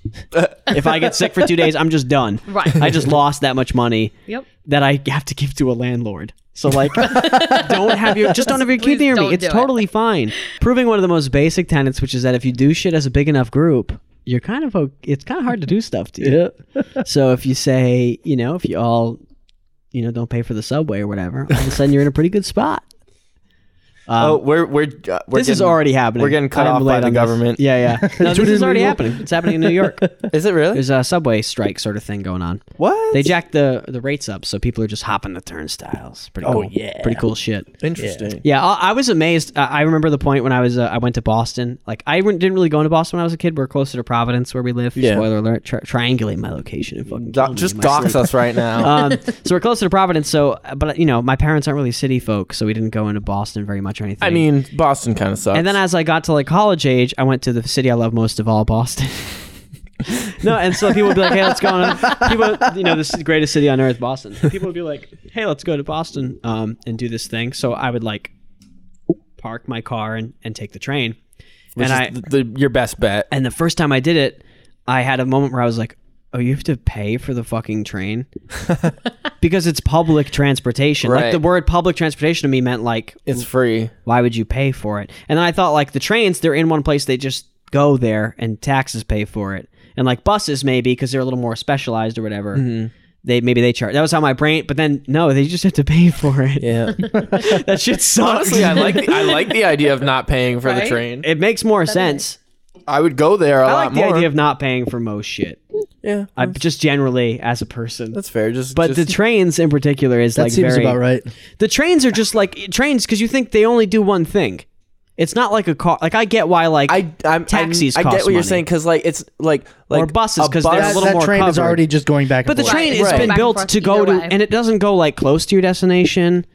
Speaker 1: if I get sick for two days, I'm just done.
Speaker 4: Right.
Speaker 1: I just lost that much money
Speaker 4: Yep.
Speaker 1: that I have to give to a landlord. So like, don't have your just don't have your kid
Speaker 4: Please
Speaker 1: near me.
Speaker 4: don't
Speaker 1: It's
Speaker 4: do it.
Speaker 1: totally fine. Proving one of the most basic tenets, which is that if you do shit as a big enough group, you're kind of o- it's kind of hard to do stuff to you. So if you say, you know, if you all, you know, don't pay for the subway or whatever, all of a sudden you're in a pretty good spot.
Speaker 2: oh, we're we're, uh, we're
Speaker 1: this is
Speaker 2: getting-
Speaker 1: already happening.
Speaker 2: We're getting cut
Speaker 1: I am
Speaker 2: off
Speaker 1: late
Speaker 2: by the
Speaker 1: on this.
Speaker 2: government.
Speaker 1: Yeah, yeah. No, this
Speaker 3: what
Speaker 1: is
Speaker 3: is
Speaker 1: already
Speaker 3: legal.
Speaker 1: happening. It's happening in New York.
Speaker 2: Is it really?
Speaker 1: There's a subway strike sort of thing going on.
Speaker 2: what?
Speaker 1: They jacked the the rates up, so people are just hopping the turnstiles.
Speaker 2: Oh,
Speaker 1: Pretty cool.
Speaker 3: yeah.
Speaker 1: Pretty cool shit.
Speaker 2: Interesting.
Speaker 1: Yeah, I, I was amazed. I I remember the point when I was uh, I went to Boston. Like I went- didn't really go into Boston when I was a kid. We're closer to Providence where we live.
Speaker 2: Yeah.
Speaker 1: Spoiler alert. Tri- triangulate my location and fucking
Speaker 2: Do-
Speaker 1: kill me
Speaker 2: just
Speaker 1: in my
Speaker 2: dox
Speaker 1: sleep.
Speaker 2: us right now.
Speaker 1: um, so we're closer to Providence. So, uh, but you know, my parents aren't really city folk, so we didn't go into Boston very much or anything.
Speaker 2: I mean, Boston kind of sucks.
Speaker 1: And then as I got to like college age, I went to the city I love most of all, Boston. no, and so people would be like, "Hey, let's go on." a-" People, you know, this is the greatest city on earth, Boston. People would be like, "Hey, let's go to Boston um, and do this thing." So I would like park my car and, and take the train.
Speaker 2: Which
Speaker 1: and
Speaker 2: is
Speaker 1: I
Speaker 2: the, the- your best bet.
Speaker 1: and the first time I did it, I had a moment where I was like, "Oh, you have to pay for the fucking train." because it's public transportation. Like
Speaker 2: Right.
Speaker 1: the word public transportation to me meant like
Speaker 2: It's free.
Speaker 1: why would you pay for it? And then I thought like the trains, they're in one place, they just go there and taxes pay for it. And like buses maybe because they're a little more specialized or whatever.
Speaker 2: Mm-hmm.
Speaker 1: They maybe they charge. That was how my brain. But then no, they just have to pay for it.
Speaker 2: Yeah.
Speaker 1: that shit sucks.
Speaker 2: Honestly, I like the, I like the idea of not paying for the
Speaker 4: Right?
Speaker 2: train.
Speaker 1: it makes more sense.
Speaker 2: I would go there a
Speaker 1: I
Speaker 2: lot
Speaker 1: like the
Speaker 2: more.
Speaker 1: idea of not paying for most shit.
Speaker 2: yeah,
Speaker 1: I just generally as a person.
Speaker 2: that's fair. Just
Speaker 1: but
Speaker 2: just,
Speaker 1: the trains in particular is
Speaker 3: That
Speaker 1: like
Speaker 3: seems
Speaker 1: very
Speaker 3: about right.
Speaker 1: The trains are just like trains because you think they only do one thing. It's not like a car. Like I get why like
Speaker 2: I I'm,
Speaker 1: taxis
Speaker 2: i I get
Speaker 1: cost
Speaker 2: what you're
Speaker 1: money.
Speaker 2: saying because like it's like like
Speaker 1: buses,
Speaker 2: a
Speaker 1: 'cause they're a
Speaker 2: bus-
Speaker 3: That,
Speaker 1: little
Speaker 3: that
Speaker 1: more
Speaker 3: train is
Speaker 1: covered.
Speaker 3: already just going back.
Speaker 1: But the
Speaker 3: and forth.
Speaker 1: train
Speaker 4: Right.
Speaker 1: has
Speaker 2: Right.
Speaker 1: been
Speaker 4: Back and
Speaker 1: built
Speaker 4: forth
Speaker 1: to go
Speaker 4: either
Speaker 1: to,
Speaker 4: way.
Speaker 1: and it doesn't go like close to your destination.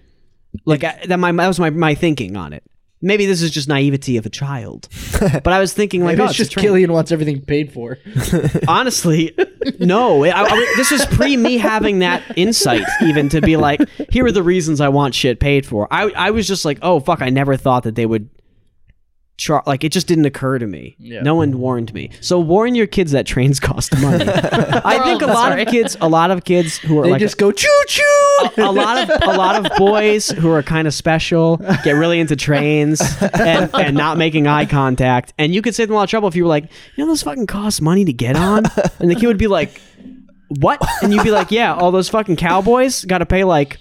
Speaker 1: Like I, that, my that was my, my thinking on it. Maybe this is just naivety of a child, but I was thinking like,
Speaker 3: Maybe
Speaker 1: oh,
Speaker 3: it's
Speaker 1: it's a
Speaker 3: just
Speaker 1: train.
Speaker 3: Killian wants everything paid for.
Speaker 1: Honestly, no. I- I- this is pre me having that insight, even to be like, here are the reasons I want shit paid for. I I was just like, oh fuck, I never thought that they would. Char- like it just didn't occur to me. No one warned me. So warn your kids that trains cost money. I think a
Speaker 4: World,
Speaker 1: lot
Speaker 4: sorry.
Speaker 1: of kids, a lot of kids who are
Speaker 3: They
Speaker 1: like Oh,
Speaker 3: just go choo choo.
Speaker 1: a lot of a lot of boys who are kind of special get really into trains and, and not making eye contact. And you could save them a lot of trouble if you were like, you know, those fucking cost money to get on. And the kid would be like, what? And you'd be like, yeah, all those fucking cowboys got to pay like.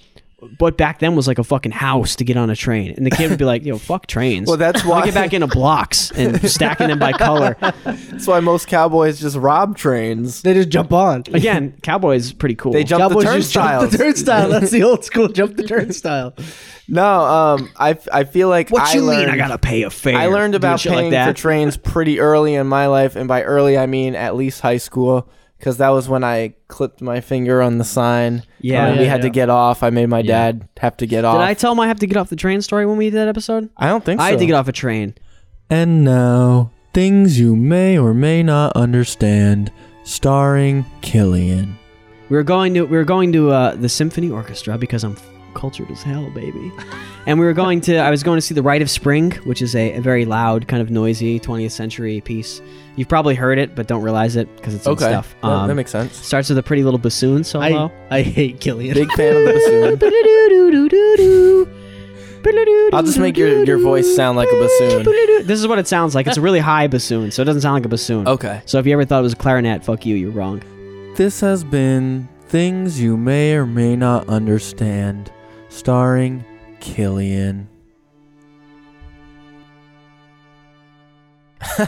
Speaker 1: What back then was like a fucking house to get on a train, and the kid would be like, "Yo, fuck trains."
Speaker 2: Well, that's why-
Speaker 1: we get back into blocks and stacking them by color.
Speaker 2: That's why most cowboys just rob trains.
Speaker 3: They just jump on.
Speaker 1: Again, cowboys pretty cool.
Speaker 2: They jump
Speaker 3: Cowboys
Speaker 2: the
Speaker 3: just jump
Speaker 2: turnstiles.
Speaker 3: the turnstile. That's the old school jump the turnstile.
Speaker 2: no, um, I I feel like
Speaker 1: What
Speaker 2: I
Speaker 1: you
Speaker 2: learned,
Speaker 1: mean? I gotta pay a fare.
Speaker 2: I learned
Speaker 1: Doing
Speaker 2: about
Speaker 1: shit like
Speaker 2: paying for
Speaker 1: that.
Speaker 2: trains pretty early in my life, and by early I mean at least high school, because that was when I clipped my finger on the sign.
Speaker 1: Yeah.
Speaker 2: and we
Speaker 1: Yeah,
Speaker 2: had to
Speaker 3: yeah.
Speaker 2: get off. I made my dad have to get off.
Speaker 1: Did I tell him I have to get off the train story when we did that episode?
Speaker 2: I don't think so.
Speaker 1: I had to get off a train.
Speaker 2: And now, things you may or may not understand, starring Killian.
Speaker 1: We were going to we were going to uh, the symphony orchestra because I'm f- cultured as hell, baby. and we were going to I was going to see the Rite of Spring, which is a, a very loud, kind of noisy 20th century piece. You've probably heard it, but don't realize it because it's in
Speaker 2: Okay,
Speaker 1: stuff. Um,
Speaker 2: that, that makes sense.
Speaker 1: starts with a pretty little bassoon solo.
Speaker 3: I, I hate Killian.
Speaker 2: Big fan of the bassoon. I'll just make your, your voice sound like a bassoon.
Speaker 1: This is what it sounds like. It's a really high bassoon, so it doesn't sound like a bassoon.
Speaker 2: Okay.
Speaker 1: So if you ever thought it was a clarinet, fuck you, you're wrong.
Speaker 2: This has been Things You May or May Not Understand, starring Killian.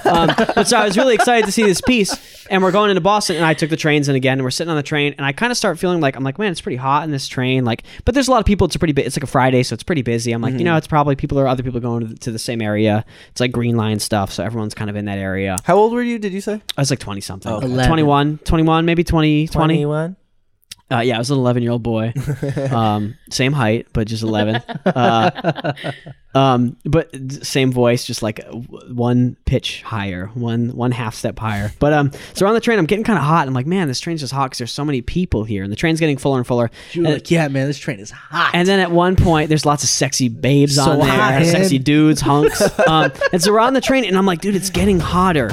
Speaker 1: Um, but so I was really excited to see this piece, and we're going into Boston, and I took the trains in again, and we're sitting on the train, and I kind of start feeling like I'm like, man, it's pretty hot in this train, like, but there's a lot of people. It's a pretty, bu- it's like a Friday, so it's pretty busy. I'm like, you know, it's probably people or other people going to the, to the same area. It's like Green Line stuff, so everyone's kind of in that area.
Speaker 2: How old were you, did you say?
Speaker 1: I was like 20 something,
Speaker 2: Okay.
Speaker 3: 11.
Speaker 1: 21, 21, maybe 20, 20.
Speaker 2: 21.
Speaker 1: Uh, yeah, I was an 11 year old boy. Um, same height, but just 11. Uh, um, but d- same voice, just like uh, w- one pitch higher, one one half step higher. But um, so we're on the train. I'm getting kind of hot. I'm like, man, this train's just hot because there's so many people here, and the train's getting fuller and fuller.
Speaker 3: You were
Speaker 1: And-
Speaker 3: like, yeah, man, this train is hot.
Speaker 1: and then at one point, there's lots of sexy babes
Speaker 3: So
Speaker 1: on there,
Speaker 3: hot, man.
Speaker 1: sexy dudes, hunks. Um, and so we're on the train, and I'm like, dude, it's getting hotter.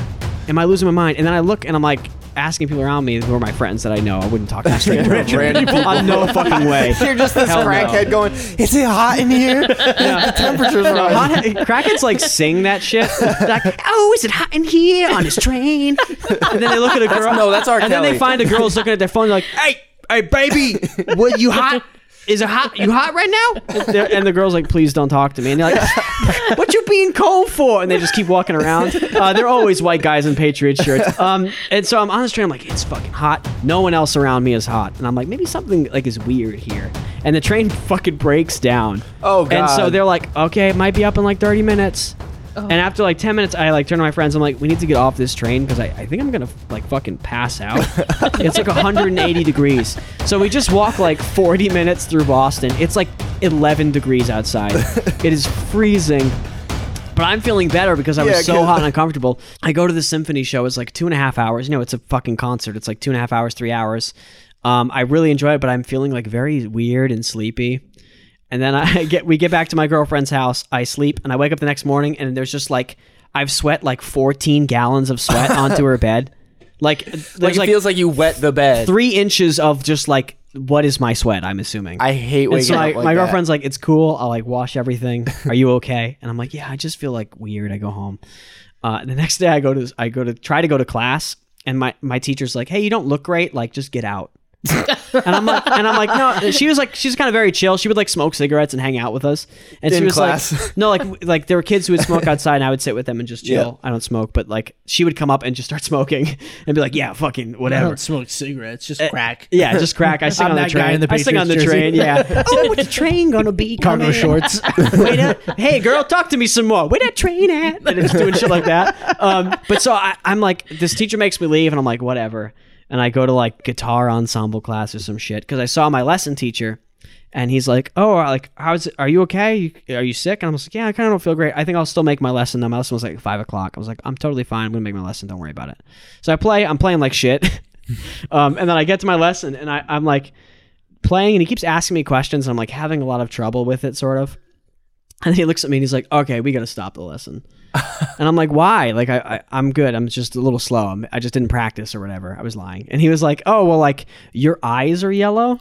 Speaker 1: Am I losing my mind? And then I look, and I'm like, asking people around me who are my friends that I know. I wouldn't talk to strangers.
Speaker 2: Random people.
Speaker 1: Uh, no fucking way.
Speaker 2: You're just this
Speaker 1: Hell no.
Speaker 2: crackhead going, is it hot in here? the temperature's right.
Speaker 1: Hot, Kraken's like sing that shit. Like, oh, is it hot in here on his train? And then they look at a girl.
Speaker 2: no, that's R.
Speaker 1: And then
Speaker 2: Kelly.
Speaker 1: they find a girl who's looking at their phone. They're like, hey, hey, baby, what you hot? Is it hot? You hot right now? And they're- And the girl's like, please don't talk to me. And they're like, what you being cold for? And they just keep walking around. Uh, they're always white guys in Patriot shirts. Um, and so I'm on this train. I'm like, it's fucking hot. No one else around me is hot. And I'm like, maybe something like is weird here. And the train fucking breaks down.
Speaker 2: Oh,
Speaker 1: And so
Speaker 2: God.
Speaker 1: they're like, okay, it might be up in like 30 minutes. And after like 10 minutes, I like turn to my friends. I'm like, we need to get off this train because I, I think I'm going to like fucking pass out. it's like 180 degrees. So we just walk like 40 minutes through Boston. It's like 11 degrees outside. it is freezing. But I'm feeling better because I
Speaker 2: Yeah,
Speaker 1: was so
Speaker 2: 'cause-
Speaker 1: hot and uncomfortable. I go to the symphony show. It's like two and a half hours. You know, it's a fucking concert. It's like two and a half hours, three hours. Um, I really enjoy it, but I'm feeling like very weird and sleepy. And then I get we get back to my girlfriend's house. I sleep and I wake up the next morning and there's just like I've sweat like 14 gallons of sweat onto her bed. Like
Speaker 2: Like,
Speaker 1: there's
Speaker 2: it
Speaker 1: like,
Speaker 2: feels like you wet the bed.
Speaker 1: three inches of just like what is my sweat? I'm assuming.
Speaker 2: I hate waking
Speaker 1: And so
Speaker 2: up
Speaker 1: my,
Speaker 2: like
Speaker 1: my
Speaker 2: that.
Speaker 1: girlfriend's like, it's cool. I'll like wash everything. Are you okay? And I'm like, yeah, I just feel like weird. I go home. Uh, the next day I go to, I go to try to go to class and my, my teacher's like, Hey, you don't look great. Like just get out. and I'm like, and I'm like, no, she was like, she's kind of very chill. She would like smoke cigarettes and hang out with us. And she
Speaker 2: In
Speaker 1: was
Speaker 2: class.
Speaker 1: like, no, like, like there were kids who would smoke outside and I would sit with them and just chill. I don't smoke, but like she would come up and just start smoking and be like, yeah, fucking
Speaker 3: I
Speaker 1: whatever.
Speaker 3: don't smoke cigarettes, just crack.
Speaker 1: Yeah, just crack. I sing
Speaker 3: I'm
Speaker 1: on the
Speaker 3: that guy
Speaker 1: train.
Speaker 3: in the
Speaker 1: I sing on the
Speaker 3: Patriots jersey.
Speaker 1: train. Yeah. oh, what's the train gonna be?
Speaker 3: Cargo
Speaker 1: coming?
Speaker 3: shorts.
Speaker 1: Wait a, hey, girl, talk to me some more. Where that train at? And it's doing shit like that. Um, but so I, I'm like, this teacher makes me leave, and I'm like, whatever. And I go to like guitar ensemble class or some shit because I saw my lesson teacher, and he's like, oh, like, how's are you okay? You- Are you sick? And I'm just like, yeah, I kind of don't feel great. I think I'll still make my lesson. Though my lesson was like five o'clock. I was like, I'm totally fine. I'm gonna make my lesson. Don't worry about it. So I play. I'm playing like shit. Um, and then I get to my lesson and I, I'm like playing and he keeps asking me questions. And I'm like having a lot of trouble with it, sort of. And he looks at me and he's like, okay, we got to stop the lesson. and I'm like, why? Like, I, I, I'm good. I'm just a little slow. I'm, I just didn't practice or whatever. I was lying. And he was like, oh, well, like your eyes are yellow.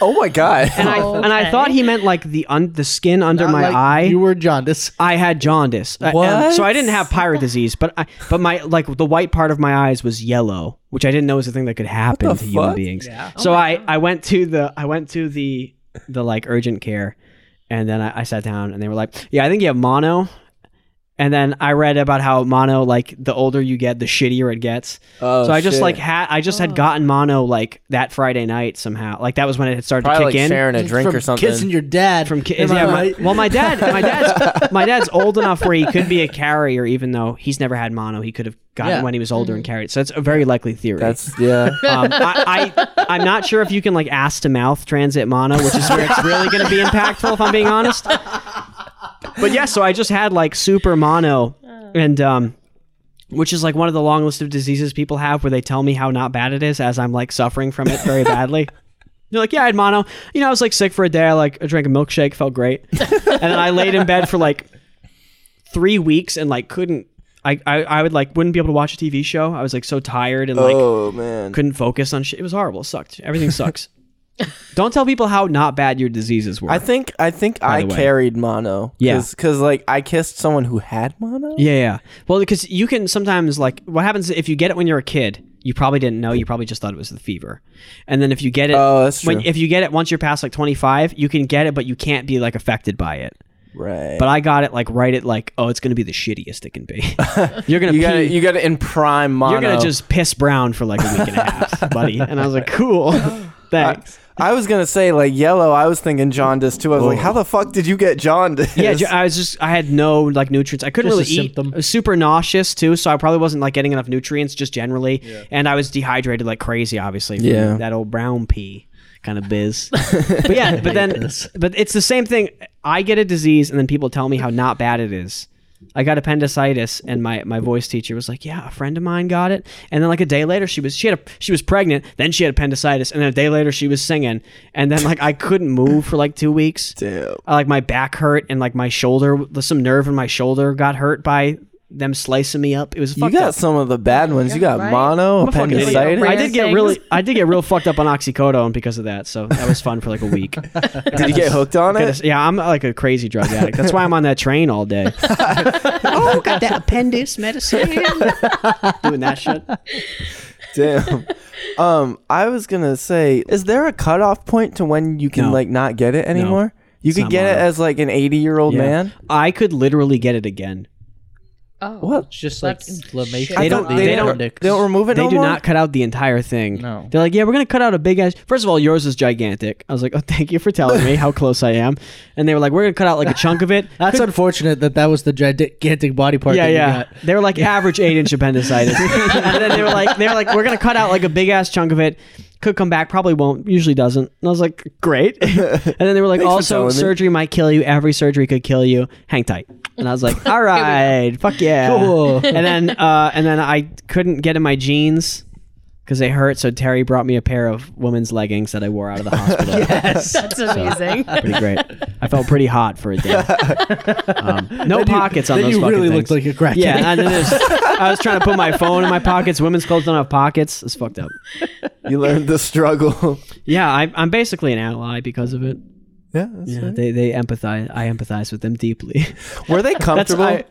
Speaker 2: oh my god.
Speaker 1: And, I, and I
Speaker 4: Okay.
Speaker 1: thought he meant like the, un, the skin under
Speaker 3: Not
Speaker 1: my
Speaker 3: like
Speaker 1: eye.
Speaker 3: You were jaundice.
Speaker 1: I had jaundice. I- and
Speaker 2: What?
Speaker 1: so I didn't have pirate disease, but I, but my like the white part of my eyes was yellow, which I didn't know was a thing that could happen to
Speaker 2: the
Speaker 1: human
Speaker 2: fuck? Oh
Speaker 1: beings. So I I went to the I went to the the like urgent care, and then I, I sat down and they were like, yeah, I think you have mono. And then I read about how mono, like the older you get, the shittier it gets.
Speaker 2: Oh,
Speaker 1: so I just
Speaker 2: shit.
Speaker 1: like had I just had gotten mono like that Friday night somehow. Like that was when it had started
Speaker 2: probably
Speaker 1: to kick in
Speaker 2: like sharing a drink
Speaker 3: From
Speaker 2: or something.
Speaker 3: Kissing your dad.
Speaker 1: from kids.
Speaker 3: Am I
Speaker 1: Yeah, my,
Speaker 3: right?
Speaker 1: well, my dad, my dad's, my dad's old enough where he could be a carrier, even though he's never had mono. He could have gotten
Speaker 3: Yeah. Mm-hmm.
Speaker 1: when he was older and carried. So it's a very likely theory.
Speaker 2: That's yeah.
Speaker 1: um, I, I, I'm not sure if you can like ass to mouth transit mono, which is where it's really going to be impactful, if I'm being honest. But yeah, so I just had like super mono, and um, which is like one of the long list of diseases people have where they tell me how not bad it is as I'm like suffering from it very badly. You're like, yeah, I had mono. You know, I was like sick for a day. I like I drank a milkshake, felt great, and then I laid in bed for like three weeks and like couldn't. I, I, I would like wouldn't be able to watch a TV show. I was like so tired and like
Speaker 2: oh man.
Speaker 1: couldn't focus on shit. It was horrible. It sucked. Everything sucks. Don't tell people how not bad your diseases were.
Speaker 2: I think I think I
Speaker 1: the way.
Speaker 2: carried mono.
Speaker 1: Yeah.
Speaker 2: because like I kissed someone who had mono.
Speaker 1: yeah, yeah. Well, because you can sometimes like what happens if you get it when you're a kid. You probably didn't know. You probably just thought it was the fever. And then if you get it,
Speaker 2: Oh, that's
Speaker 1: when,
Speaker 2: true.
Speaker 1: if you get it once you're past like 25, you can get it, but you can't be like affected by it.
Speaker 2: Right.
Speaker 1: But I got it like right at like, oh, it's gonna be the shittiest it can be. you're gonna
Speaker 2: you
Speaker 1: pee-
Speaker 2: got to you got to in prime mono.
Speaker 1: you're gonna just piss brown for like a week and a half, buddy. And I was like, cool, thanks.
Speaker 2: I was gonna say like yellow. I was thinking jaundice too. I was like, how the fuck did you get jaundice?
Speaker 1: Yeah, ju- I was just I had no like nutrients. I couldn't
Speaker 3: Just a
Speaker 1: really eat.
Speaker 3: symptom.
Speaker 1: I was super nauseous too, so I probably wasn't like getting enough nutrients just generally. And I was dehydrated like crazy, obviously. from
Speaker 2: Yeah.
Speaker 1: that old brown pea kind of biz. but yeah, but then but it's the same thing. I get a disease, and then people tell me how not bad it is. I got appendicitis, and my, my voice teacher was like, "Yeah, a friend of mine got it." And then like a day later, she was she had a, she was pregnant. Then she had appendicitis, and then a day later, she was singing. And then like I couldn't move for like two weeks.
Speaker 2: Damn.
Speaker 1: I, like my back hurt and like my shoulder some nerve in my shoulder got hurt by them slicing me up. It was
Speaker 2: You
Speaker 1: fucked
Speaker 2: got
Speaker 1: up.
Speaker 2: some of the bad ones. You got
Speaker 4: right.
Speaker 2: mono,
Speaker 1: I'm a fucking idiot.
Speaker 2: appendicitis.
Speaker 1: I
Speaker 4: Rare
Speaker 1: did get
Speaker 4: things.
Speaker 1: really, I did get real fucked up on oxycodone because of that. So that was fun for like a week.
Speaker 2: Did you get hooked on it?
Speaker 1: Goodness, yeah, I'm like a crazy drug addict. That's why I'm on that train all day. oh, got that appendix medicine. Doing that shit.
Speaker 2: Damn. Um, I was gonna say, is there a cutoff point to when you can
Speaker 1: No.
Speaker 2: like not get it anymore? You
Speaker 1: It's
Speaker 2: could
Speaker 1: not
Speaker 2: get it
Speaker 1: mono.
Speaker 2: as like an eighty-year-old
Speaker 1: Yeah.
Speaker 2: man.
Speaker 1: I could literally get it again.
Speaker 4: Oh.
Speaker 2: What?
Speaker 3: It's just like
Speaker 4: That's
Speaker 3: inflammation.
Speaker 4: shit. They
Speaker 3: of
Speaker 4: don't-
Speaker 3: the
Speaker 2: They don't. They
Speaker 3: appendix.
Speaker 2: don't remove it.
Speaker 1: They
Speaker 2: no
Speaker 1: do
Speaker 2: more?
Speaker 1: not cut out the entire thing.
Speaker 3: No.
Speaker 1: They're like, yeah, we're gonna cut out a big ass. First of all, yours is gigantic. I was like, oh, thank you for telling me how close I am. And they were like, we're gonna cut out like a chunk of it.
Speaker 3: That's unfortunate that that was the gigantic body part.
Speaker 1: yeah,
Speaker 3: that you
Speaker 1: yeah.
Speaker 3: got.
Speaker 1: They were like average eight inch appendicitis, and then they were like, they were like, we're gonna cut out like a big ass chunk of it. Could come back, probably won't. Usually doesn't. And I was like, great. and then they were like,
Speaker 2: Thanks for
Speaker 1: also
Speaker 2: telling me.
Speaker 1: surgery might kill you. Every surgery could kill you. Hang tight. And I was like, all right, fuck yeah.
Speaker 3: Cool.
Speaker 1: And then uh, and then I couldn't get in my jeans because they hurt. So Terry brought me a pair of women's leggings that I wore out of the hospital.
Speaker 4: That's amazing.
Speaker 1: Pretty great. I felt pretty hot for a day. Um, no
Speaker 3: Then you-
Speaker 1: pockets on
Speaker 3: then
Speaker 1: those.
Speaker 3: you
Speaker 1: fucking
Speaker 3: really
Speaker 1: things.
Speaker 3: looked like a crackhead.
Speaker 1: Yeah, and then there's, I was trying to put my phone in my pockets. Women's clothes don't have pockets. It's fucked up.
Speaker 2: You learned the struggle.
Speaker 1: Yeah, I, I'm basically an ally because of it.
Speaker 2: yeah. that's
Speaker 1: Yeah,
Speaker 2: right.
Speaker 1: they they empathize. I empathize with them deeply.
Speaker 2: Were they comfortable?
Speaker 1: I-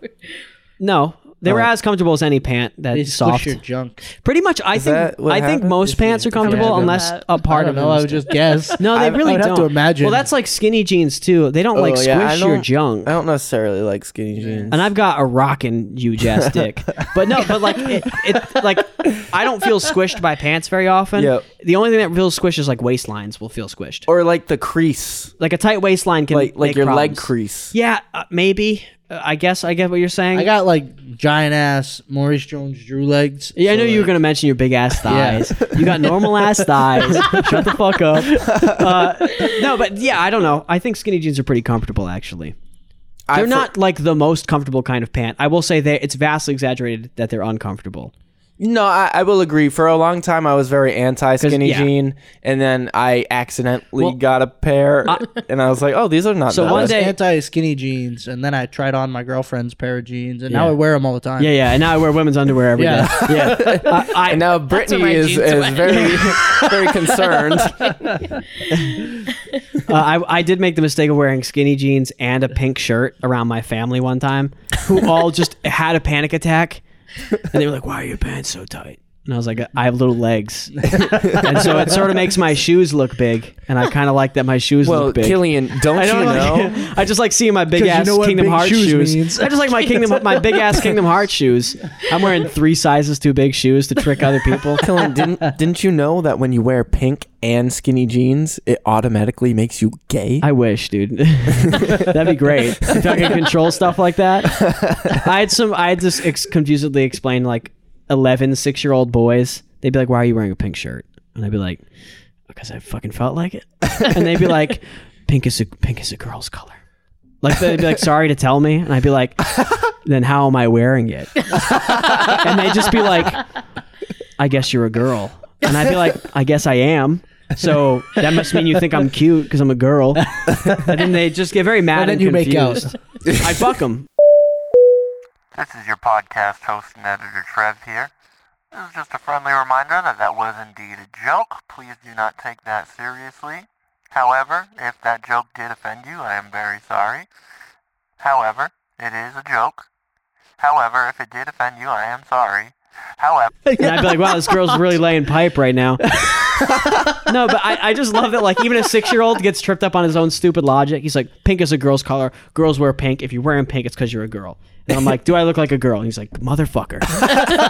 Speaker 1: no, they were
Speaker 2: Oh.
Speaker 1: as comfortable as any pant
Speaker 3: They
Speaker 1: that's
Speaker 3: squish
Speaker 1: soft.
Speaker 3: your junk.
Speaker 1: Pretty much, I think
Speaker 2: that what
Speaker 1: I think
Speaker 2: happened?
Speaker 1: most pants are comfortable
Speaker 3: Yeah, I
Speaker 1: unless
Speaker 4: don't-
Speaker 1: a part
Speaker 3: I
Speaker 1: of
Speaker 3: don't
Speaker 1: them.
Speaker 3: know. I
Speaker 1: is
Speaker 3: would just guess.
Speaker 1: no, they
Speaker 3: I-
Speaker 1: really
Speaker 3: I would
Speaker 1: don't.
Speaker 3: have to imagine.
Speaker 1: Well, that's like skinny jeans too. They don't like
Speaker 2: Oh,
Speaker 1: squish
Speaker 2: yeah, I
Speaker 1: your
Speaker 2: don't-
Speaker 1: junk.
Speaker 2: I don't necessarily like skinny jeans.
Speaker 1: and I've got a rockin' you jazz dick. But no, but like it, it like I don't feel squished by pants very often.
Speaker 2: Yep.
Speaker 1: The only thing that feels squished is like waistlines will feel squished.
Speaker 2: or like the crease,
Speaker 1: like a tight waistline can
Speaker 2: like like
Speaker 1: make
Speaker 2: your leg
Speaker 1: problems.
Speaker 2: crease.
Speaker 1: Yeah, uh, maybe. Uh, I guess I get what you're saying.
Speaker 3: I got like giant ass Maurice Jones-Drew legs.
Speaker 1: yeah, I
Speaker 3: so,
Speaker 1: knew you were
Speaker 3: like,
Speaker 1: gonna mention your big ass
Speaker 3: Yeah.
Speaker 1: thighs. You got normal ass thighs. Shut the fuck up. Uh, no, but yeah, I don't know. I think skinny jeans are pretty comfortable, actually.
Speaker 2: I
Speaker 1: They're
Speaker 2: for-
Speaker 1: not like the most comfortable kind of pant. I will say that it's vastly exaggerated that they're uncomfortable.
Speaker 2: No, I, I will agree. For a long time, I was very anti skinny
Speaker 1: yeah.
Speaker 2: jean, and then I accidentally
Speaker 1: Well, uh,
Speaker 2: got a pair, and I was like, "Oh, these are not."
Speaker 1: So
Speaker 2: bad.
Speaker 1: one
Speaker 3: I was
Speaker 1: day-
Speaker 3: anti skinny jeans, and then I tried on my girlfriend's pair of jeans, and now
Speaker 1: Yeah.
Speaker 3: I wear them all the time.
Speaker 1: Yeah, yeah. And now I wear women's underwear every day.
Speaker 3: Yeah.
Speaker 1: yeah. I, I,
Speaker 2: and now
Speaker 4: where
Speaker 2: Brittany
Speaker 4: my
Speaker 2: is
Speaker 4: jeans
Speaker 2: is
Speaker 4: went.
Speaker 2: very very concerned.
Speaker 1: uh, I, I did make the mistake of wearing skinny jeans and a pink shirt around my family one time, who all just had a panic attack. And they were like, why are your pants so tight? And I was like, I have little legs. and so it sort of makes my shoes look big. And I kind of like that my shoes
Speaker 2: Well,
Speaker 1: look big.
Speaker 2: Killian, don't,
Speaker 1: I don't
Speaker 2: you know?
Speaker 1: like I just like seeing my big
Speaker 3: 'Cause you
Speaker 1: ass
Speaker 3: know what
Speaker 1: Kingdom
Speaker 3: big
Speaker 1: Hearts
Speaker 3: shoes
Speaker 1: shoes.
Speaker 3: means.
Speaker 1: I just like my Kingdom my big ass Kingdom Hearts shoes. I'm wearing three sizes too big shoes to trick other people.
Speaker 2: Killian, didn't didn't you know that when you wear pink and skinny jeans, it automatically makes you gay?
Speaker 1: I wish, dude. That'd be great. If I could control stuff like that. I had some. I had just ex- confusedly explained like 11, 6 year old boys. They'd be like, "Why are you wearing a pink shirt?" And I'd be like, "Because I fucking felt like it." And they'd be like, "Pink is a pink is a girl's color." Like they'd be like, "Sorry to tell me," and I'd be like, "Then how am I wearing it?" And they'd just be like, "I guess you're a girl," and I'd be like, "I guess I am." So that must mean you think I'm cute because I'm a girl. And then they just get very mad
Speaker 3: And
Speaker 1: and,
Speaker 3: then you make out.
Speaker 1: confused. make out. I fuck them.
Speaker 5: This is your podcast host and editor Trev here. This is just a friendly reminder that that was indeed a joke. Please do not take that seriously. However, if that joke did offend you, I am very sorry. However, it is a joke. However, if it did offend you, I am sorry. However,
Speaker 1: and I'd be like, "Wow, this girl's really laying pipe right now." no, but I, I just love that. Like, even a six-year-old gets tripped up on his own stupid logic. He's like, "Pink is a girl's color. Girls wear pink. If you're wearing pink, it's because you're a girl." And I'm like, "Do I look like a girl?" And he's like, "Motherfucker,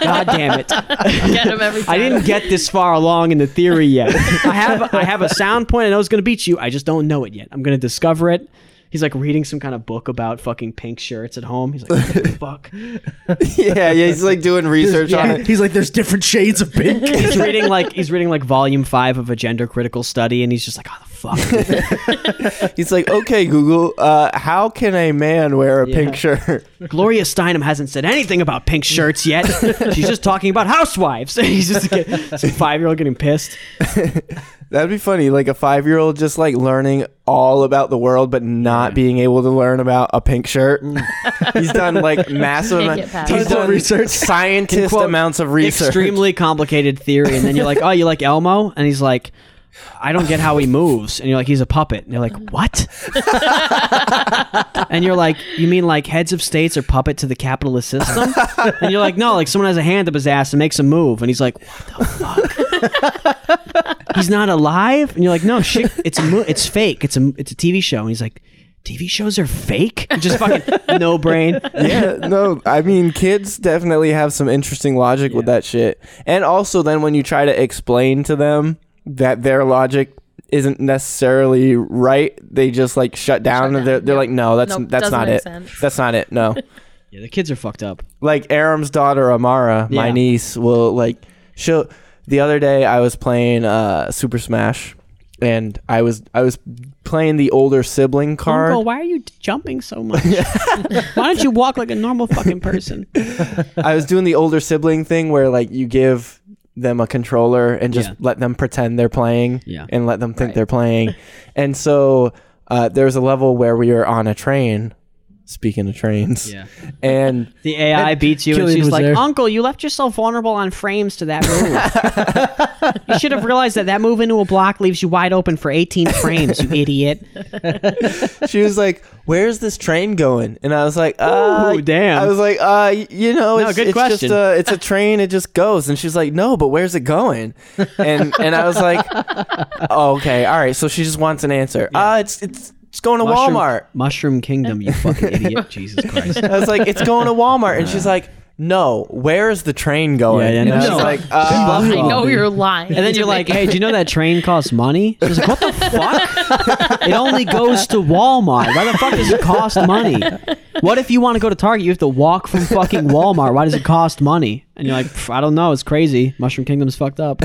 Speaker 1: god damn it!
Speaker 4: Get him every time.
Speaker 1: I didn't get this far along in the theory yet. I have I have a sound point. I know it's gonna beat you. I just don't know it yet. I'm gonna discover it." He's like reading some kind of book about fucking pink shirts at home. He's like, what the fuck.
Speaker 2: yeah, yeah. He's like doing research on it.
Speaker 3: He's like, there's different shades of pink.
Speaker 1: he's reading like he's reading like volume five of a gender critical study, and he's just like, "Oh, the fuck.
Speaker 2: He's like, okay, Google, uh, how can a man wear a pink shirt?
Speaker 1: Gloria Steinem hasn't said anything about pink shirts yet. She's just talking about housewives. He's just like, some five year old getting pissed.
Speaker 2: That'd be funny. Like a five year old just like learning all about the world, but not being able to learn about a pink shirt. He's done like massive
Speaker 4: Mm. Can't
Speaker 2: amount-
Speaker 4: get past
Speaker 2: He's
Speaker 3: it. Tons of
Speaker 2: done
Speaker 3: research.
Speaker 2: scientist
Speaker 1: Quote,
Speaker 2: amounts of research.
Speaker 1: Extremely complicated theory, and then you're like, "Oh, you like Elmo?" And he's like, "I don't get how he moves." And you're like, "He's a puppet." And they're like, "What?" and you're like, "You mean like heads of states are puppet to the capitalist system?" and you're like, "No, like someone has a hand up his ass and makes a move." And he's like, "What the fuck?" he's not alive. And you're like, "No, shit, it's a mo- it's fake. It's a it's a TV show." And he's like. TV shows are fake. Just fucking no brain.
Speaker 2: yeah, no, I mean, kids definitely have some interesting logic with that shit. And also, then when you try to explain to them that their logic isn't necessarily right, they just like shut down and they're, they're
Speaker 4: yeah.
Speaker 2: like, no, that's
Speaker 4: Nope,
Speaker 2: that's
Speaker 4: doesn't
Speaker 2: not
Speaker 4: make
Speaker 2: it.
Speaker 4: sense."
Speaker 2: That's not it. No,
Speaker 1: Yeah, the kids are fucked up.
Speaker 2: like Aram's daughter Amara, my
Speaker 1: Yeah.
Speaker 2: niece, will like she'll. The other day, I was playing uh, Super Smash, and I was I was playing the older
Speaker 1: Oh,
Speaker 2: sibling card.
Speaker 1: Uncle, why are you jumping so much? why don't you walk like a normal fucking person?
Speaker 2: I was doing the older sibling thing where like you give them a controller and just
Speaker 1: Yeah.
Speaker 2: let them pretend they're playing
Speaker 1: Yeah.
Speaker 2: and let them think they're playing. And so uh, there was a level where we were on a train. Speaking of trains, and
Speaker 1: The AI beats you,
Speaker 3: Killian
Speaker 1: and she's
Speaker 3: was
Speaker 1: like,
Speaker 3: there.
Speaker 1: "Uncle, you left yourself vulnerable on frames to that move. you should have realized that that move into a block leaves you wide open for 18 frames, you idiot."
Speaker 2: she was like, "Where's this train going?" And I was like, "Uh,
Speaker 1: Ooh, damn.
Speaker 2: I was like, "Uh, y- you know, it's,
Speaker 1: good
Speaker 2: it's just
Speaker 1: question.
Speaker 2: a, it's a train. It just goes." And she's like, "No, but where's it going?" And and I was like, oh, "Okay, all right." So she just wants an answer. Uh, it's it's it's going to Walmart.
Speaker 1: Mushroom Kingdom, you fucking idiot! Jesus Christ!
Speaker 2: I was like, it's going to Walmart. And she's like, no, where is the train going?
Speaker 1: Yeah, yeah,
Speaker 2: and
Speaker 1: no.
Speaker 2: she's
Speaker 1: No.
Speaker 2: like, uh,
Speaker 4: I
Speaker 1: Oh,
Speaker 4: know you're lying.
Speaker 1: And then you're like, "Hey, do you know that train costs money?" She's like, "What the fuck? it only goes to Walmart. Why the fuck does it cost money? What if you want to go to Target? You have to walk from fucking Walmart. Why does it cost money?" And you're like, "Pff, "I don't know. It's crazy. Mushroom Kingdom's fucked up."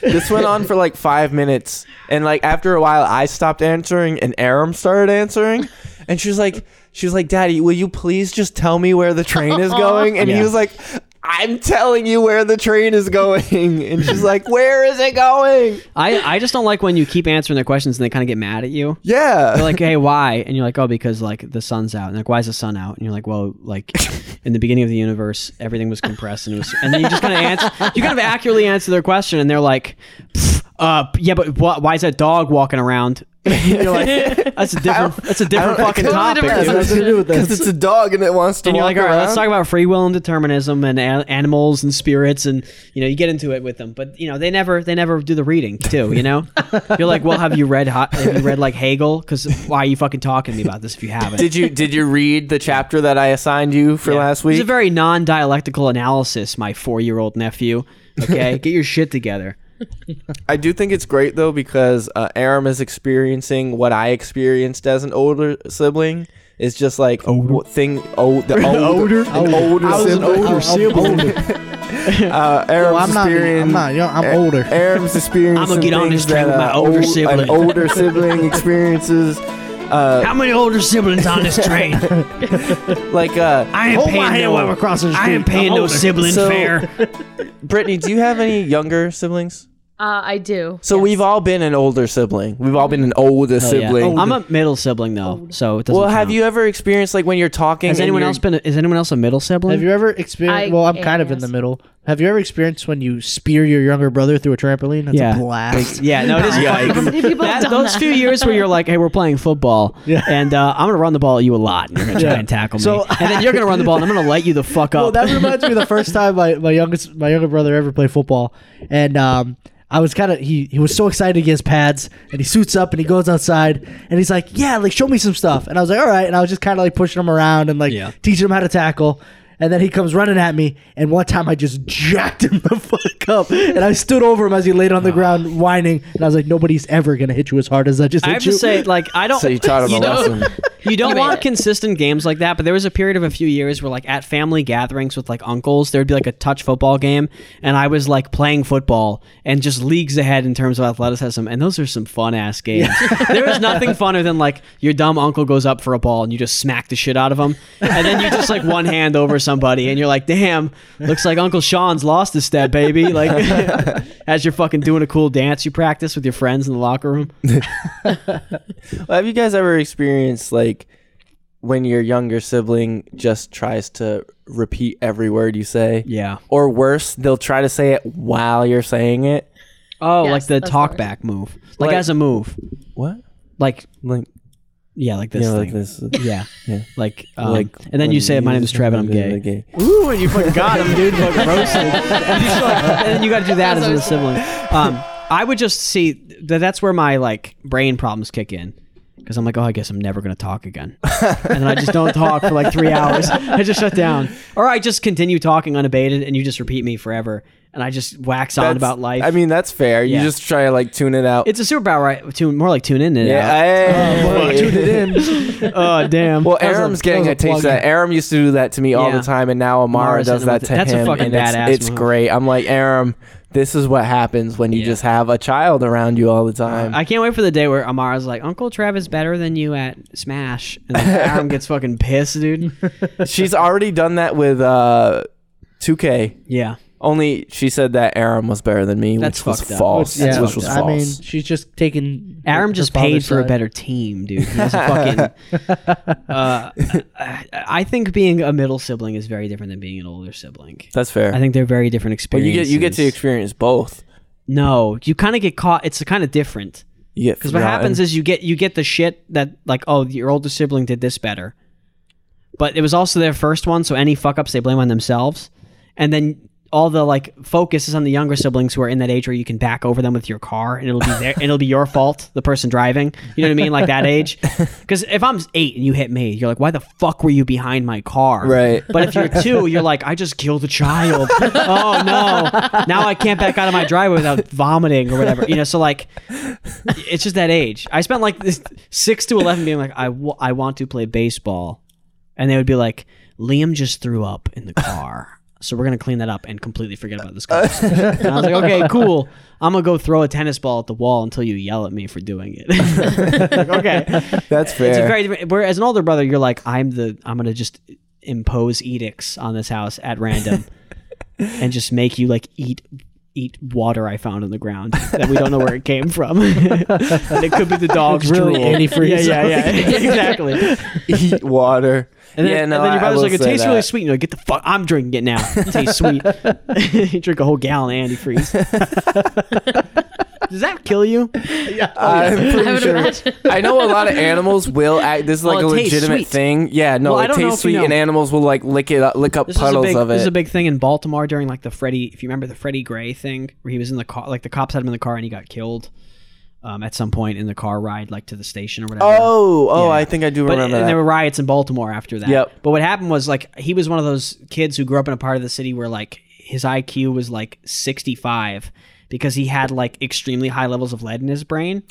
Speaker 2: this went on for like five minutes. And like after a while, I stopped answering and Aram started answering. And she's like, she's like, Daddy, will you please just tell me where the train is going? And he
Speaker 1: Yeah.
Speaker 2: was like, I'm telling you where the train is going. And she's like, where is it going?
Speaker 1: I I just don't like when you keep answering their questions and they kind of get mad at you.
Speaker 2: Yeah.
Speaker 1: They're like, "Hey, why?" And you're like, "Oh, because like the sun's out." And like, "Why is the sun out?" And you're like, "Well, like in the beginning of the universe, everything was compressed and it was." And then you just kind of answer, you kind of accurately answer their question, and they're like, "Pff, "Uh, yeah, but wh- why is that dog walking around?" And you're like, "That's a different, that's a different
Speaker 2: I don't-
Speaker 1: fucking
Speaker 4: Totally
Speaker 1: topic."
Speaker 4: different
Speaker 1: dude."
Speaker 3: Nothing to do with
Speaker 2: Because
Speaker 3: this.
Speaker 2: it's a dog and it wants to
Speaker 1: And you're
Speaker 2: walk
Speaker 1: like, all right,
Speaker 2: around.
Speaker 1: let's talk about free will and determinism and a- animals and spirits, and you know, you get into it with them. But you know, they never, they never do the reading too. You know, you're like, well, have you read, hot, have you read like Hegel? Because why are you fucking talking to me about this if you haven't?
Speaker 2: did you did you read the chapter that I assigned you for last week?
Speaker 1: It's a very non-dialectical analysis, my four-year-old nephew. Okay, get your shit together.
Speaker 2: I do think it's great though because uh, Aram is experiencing what I experienced as an older sibling. It's just like w- thing. Oh, the older, an older, sibling.
Speaker 3: older sibling.
Speaker 2: Uh, Aram's
Speaker 3: I'm not-
Speaker 2: experiencing.
Speaker 3: I'm not, you know, I'm older.
Speaker 2: Aram's experiencing.
Speaker 1: I'ma get on this
Speaker 2: things
Speaker 1: train with
Speaker 2: that,
Speaker 1: my
Speaker 2: uh,
Speaker 1: older
Speaker 2: old-
Speaker 1: sibling.
Speaker 2: An older sibling experiences.
Speaker 1: How many older siblings on this train? Oh
Speaker 2: Like, uh,
Speaker 1: I ain't
Speaker 3: Hold my
Speaker 1: paying
Speaker 3: hand
Speaker 1: no.
Speaker 3: while we're crossing the
Speaker 1: I
Speaker 3: street.
Speaker 1: ain't paying
Speaker 3: I'm
Speaker 1: no
Speaker 3: older.
Speaker 1: sibling
Speaker 2: So-
Speaker 1: fare.
Speaker 2: Brittany, do you have any younger siblings?
Speaker 4: uh, I do.
Speaker 2: So we've all been an older sibling. We've all been an Oh, older sibling.
Speaker 1: Oh, I'm a middle sibling though, so it doesn't.
Speaker 2: well, have
Speaker 1: count.
Speaker 2: you ever experienced like when you're talking?
Speaker 1: Has
Speaker 2: and
Speaker 1: anyone
Speaker 2: you're-
Speaker 1: else been? A, is anyone else a middle sibling?
Speaker 3: Have you ever experienced?
Speaker 4: I-
Speaker 3: Well, I'm kind of in
Speaker 4: yes.
Speaker 3: the middle. Have you ever experienced when you spear your younger brother through a trampoline? That's
Speaker 1: Yeah.
Speaker 3: a blast.
Speaker 1: Yeah, no, it is.
Speaker 4: How
Speaker 1: fucking-
Speaker 4: many people have
Speaker 1: That,
Speaker 4: done
Speaker 1: those
Speaker 4: that?
Speaker 1: few years where you're like, "Hey, we're playing football, and uh, I'm gonna run the ball at you a lot, and you're gonna try
Speaker 3: Yeah.
Speaker 1: and tackle me,
Speaker 3: So-
Speaker 1: and then you're gonna run the ball, and I'm gonna light you the fuck up."
Speaker 3: Well, that reminds me of the first time my, my youngest my younger brother ever played football, and um, I was kind of he he was so excited to get his pads, and he suits up and he goes outside, and he's like, "Yeah, like show me some stuff," and I was like, "All right," and I was just kind of like pushing him around and like
Speaker 1: Yeah.
Speaker 3: teaching him how to tackle. And then he comes running at me, and one time I just jacked him the fuck up, and I stood over him as he laid on
Speaker 2: Oh.
Speaker 3: the ground whining, and I was like, "Nobody's ever gonna hit you as hard as I just
Speaker 1: I
Speaker 3: hit
Speaker 1: have
Speaker 3: you."
Speaker 1: to say, like, I don't.
Speaker 2: So you taught him a
Speaker 1: know,
Speaker 2: lesson.
Speaker 1: You don't
Speaker 4: Wait.
Speaker 1: want consistent games like that, but there was a period of a few years where, like, at family gatherings with like uncles, there'd be like a touch football game, and I was like playing football and just leagues ahead in terms of athleticism. And those are some fun ass games. there is nothing funner than like your dumb uncle goes up for a ball and you just smack the shit out of him, and then you just like one hand over somebody, and you're like, damn, looks like Uncle Sean's lost his step, baby. Like, as you're fucking doing a cool dance you practice with your friends in the locker room.
Speaker 2: Well, have you guys ever experienced like when your younger sibling just tries to repeat every word you say?
Speaker 1: Yeah.
Speaker 2: Or worse, they'll try to say it while you're saying it.
Speaker 1: Oh,
Speaker 4: Yes,
Speaker 1: like the
Speaker 4: that's the
Speaker 1: talk
Speaker 4: worst.
Speaker 1: back move, like,
Speaker 2: Like-
Speaker 1: as a move,
Speaker 2: What?
Speaker 1: like
Speaker 2: Like
Speaker 1: yeah, like this
Speaker 2: yeah,
Speaker 1: thing.
Speaker 2: like this.
Speaker 1: Yeah,
Speaker 2: Yeah.
Speaker 1: like um,
Speaker 2: like
Speaker 1: and then you
Speaker 2: when
Speaker 1: say, "My name is Trev, and I'm
Speaker 2: the- the
Speaker 1: gay." Ooh, and you fucking got him, dude, fucking roasted. and, you just like- and then you got to do that as a sibling. Um, I would just see that that's where my like brain problems kick in. Because I'm like, oh, I guess I'm never going to talk again. and then I just don't talk for like three hours. I just shut down. Or I just continue talking unabated and you just repeat me forever. And I just wax on
Speaker 2: That's-
Speaker 1: about life.
Speaker 2: I mean, that's fair.
Speaker 1: Yeah.
Speaker 2: You just try to like tune it out.
Speaker 1: it's Oh, a superpower, right? Tune, more like tune in and
Speaker 2: yeah.
Speaker 1: out.
Speaker 2: hey.
Speaker 3: Well, tune it in. Uh,
Speaker 1: Oh, damn.
Speaker 2: Well,
Speaker 3: That was a-
Speaker 2: Aram's
Speaker 3: that
Speaker 2: getting
Speaker 3: was
Speaker 2: a
Speaker 3: a
Speaker 2: taste of that. Aram used to do that to me all
Speaker 1: Yeah.
Speaker 2: the time, and now Amara
Speaker 1: Amara's hitting
Speaker 2: does
Speaker 1: him
Speaker 2: that
Speaker 1: with
Speaker 2: to
Speaker 1: it. That's a
Speaker 2: him,
Speaker 1: fucking
Speaker 2: and it's,
Speaker 1: badass
Speaker 2: it's
Speaker 1: move.
Speaker 2: great. I'm like, Aram, this is what happens when you
Speaker 1: Yeah.
Speaker 2: just have a child around you all the time.
Speaker 1: I can't wait for the day where Amara's like, Uncle Trev is better than you at Smash. And then Aram gets fucking pissed, dude.
Speaker 2: She's already done that with uh, 2K.
Speaker 1: Yeah.
Speaker 2: Only she said that Aram was better than me,
Speaker 1: That's
Speaker 2: which was
Speaker 1: fucked up.
Speaker 2: false.
Speaker 3: yeah,
Speaker 2: which was false.
Speaker 3: I mean, she's just taking.
Speaker 1: Aram
Speaker 3: her
Speaker 1: just
Speaker 3: father's
Speaker 1: paid for a
Speaker 3: side.
Speaker 1: better team, dude. He was a fucking. uh, I, I think being a middle sibling is very different than being an older sibling.
Speaker 2: that's fair.
Speaker 1: I think they're very different
Speaker 2: but you
Speaker 1: experiences.
Speaker 2: get you get to experience both.
Speaker 1: No, you kind of get caught. It's kind of different.
Speaker 2: You get
Speaker 1: Because what happens is you get you get the shit that like oh your older sibling did this better, but it was also their first one, so any fuck ups they blame on themselves, and then all the like focus is on the younger siblings who are in that age where you can back over them with your car and it'll be their and it'll be your fault the person driving you know what I mean like that age because if I'm eight and you hit me you're like why the fuck were you behind my car
Speaker 2: Right.
Speaker 1: but if you're two, you're like, I just killed a child. oh no! Now I can't back out of my driveway without vomiting or whatever. You know, so like, it's just that age. I spent like this six to eleven being like, I wa- I want to play baseball, and they would be like, Liam just threw up in the car. So we're gonna clean that up and completely forget about this conversation. And I was like, okay, cool. I'm gonna go throw a tennis ball at the wall until you yell at me for doing it. Like, okay,
Speaker 2: that's fair.
Speaker 1: it's a very different. Where as an older brother, you're like, I'm the, I'm gonna just impose edicts on this house at random, and just make you like eat, eat water I found on the ground that we don't know where it came from, and it could be the dog's
Speaker 3: Really
Speaker 1: drool.
Speaker 3: antifreeze.
Speaker 1: Yeah, yeah, yeah, exactly. And
Speaker 2: Eat water.
Speaker 1: then,
Speaker 2: yeah,
Speaker 1: and
Speaker 2: no,
Speaker 1: then your
Speaker 2: I- I
Speaker 1: brother's
Speaker 2: will
Speaker 1: like, it
Speaker 2: say
Speaker 1: tastes
Speaker 2: that.
Speaker 1: really sweet. And you're like, get the fuck, I'm drinking it now. It tastes sweet. you drink a whole gallon of antifreeze. Does that kill you? Oh,
Speaker 2: I'm pretty
Speaker 4: I would
Speaker 2: sure.
Speaker 4: imagine.
Speaker 2: I know a lot of animals will act. This is like
Speaker 1: Well,
Speaker 2: a
Speaker 1: it tastes
Speaker 2: legitimate
Speaker 1: sweet.
Speaker 2: thing. Yeah, no,
Speaker 1: Well, I
Speaker 2: it
Speaker 1: don't know
Speaker 2: tastes
Speaker 1: if you
Speaker 2: sweet, and
Speaker 1: know.
Speaker 2: animals will like lick it up, lick up
Speaker 1: This
Speaker 2: puddles
Speaker 1: is a big,
Speaker 2: of it.
Speaker 1: This is a big thing in Baltimore during like the Freddie. If you remember the Freddie Gray thing, where he was in the car, like the cops had him in the car and he got killed um, at some point in the car ride, like to the station or whatever.
Speaker 2: oh, oh,
Speaker 1: Yeah.
Speaker 2: I think I do
Speaker 1: But, and
Speaker 2: remember that.
Speaker 1: there were riots in Baltimore after that.
Speaker 2: Yep.
Speaker 1: But what happened was like he was one of those kids who grew up in a part of the city where like his IQ was like 65 because he had like extremely high levels of lead in his brain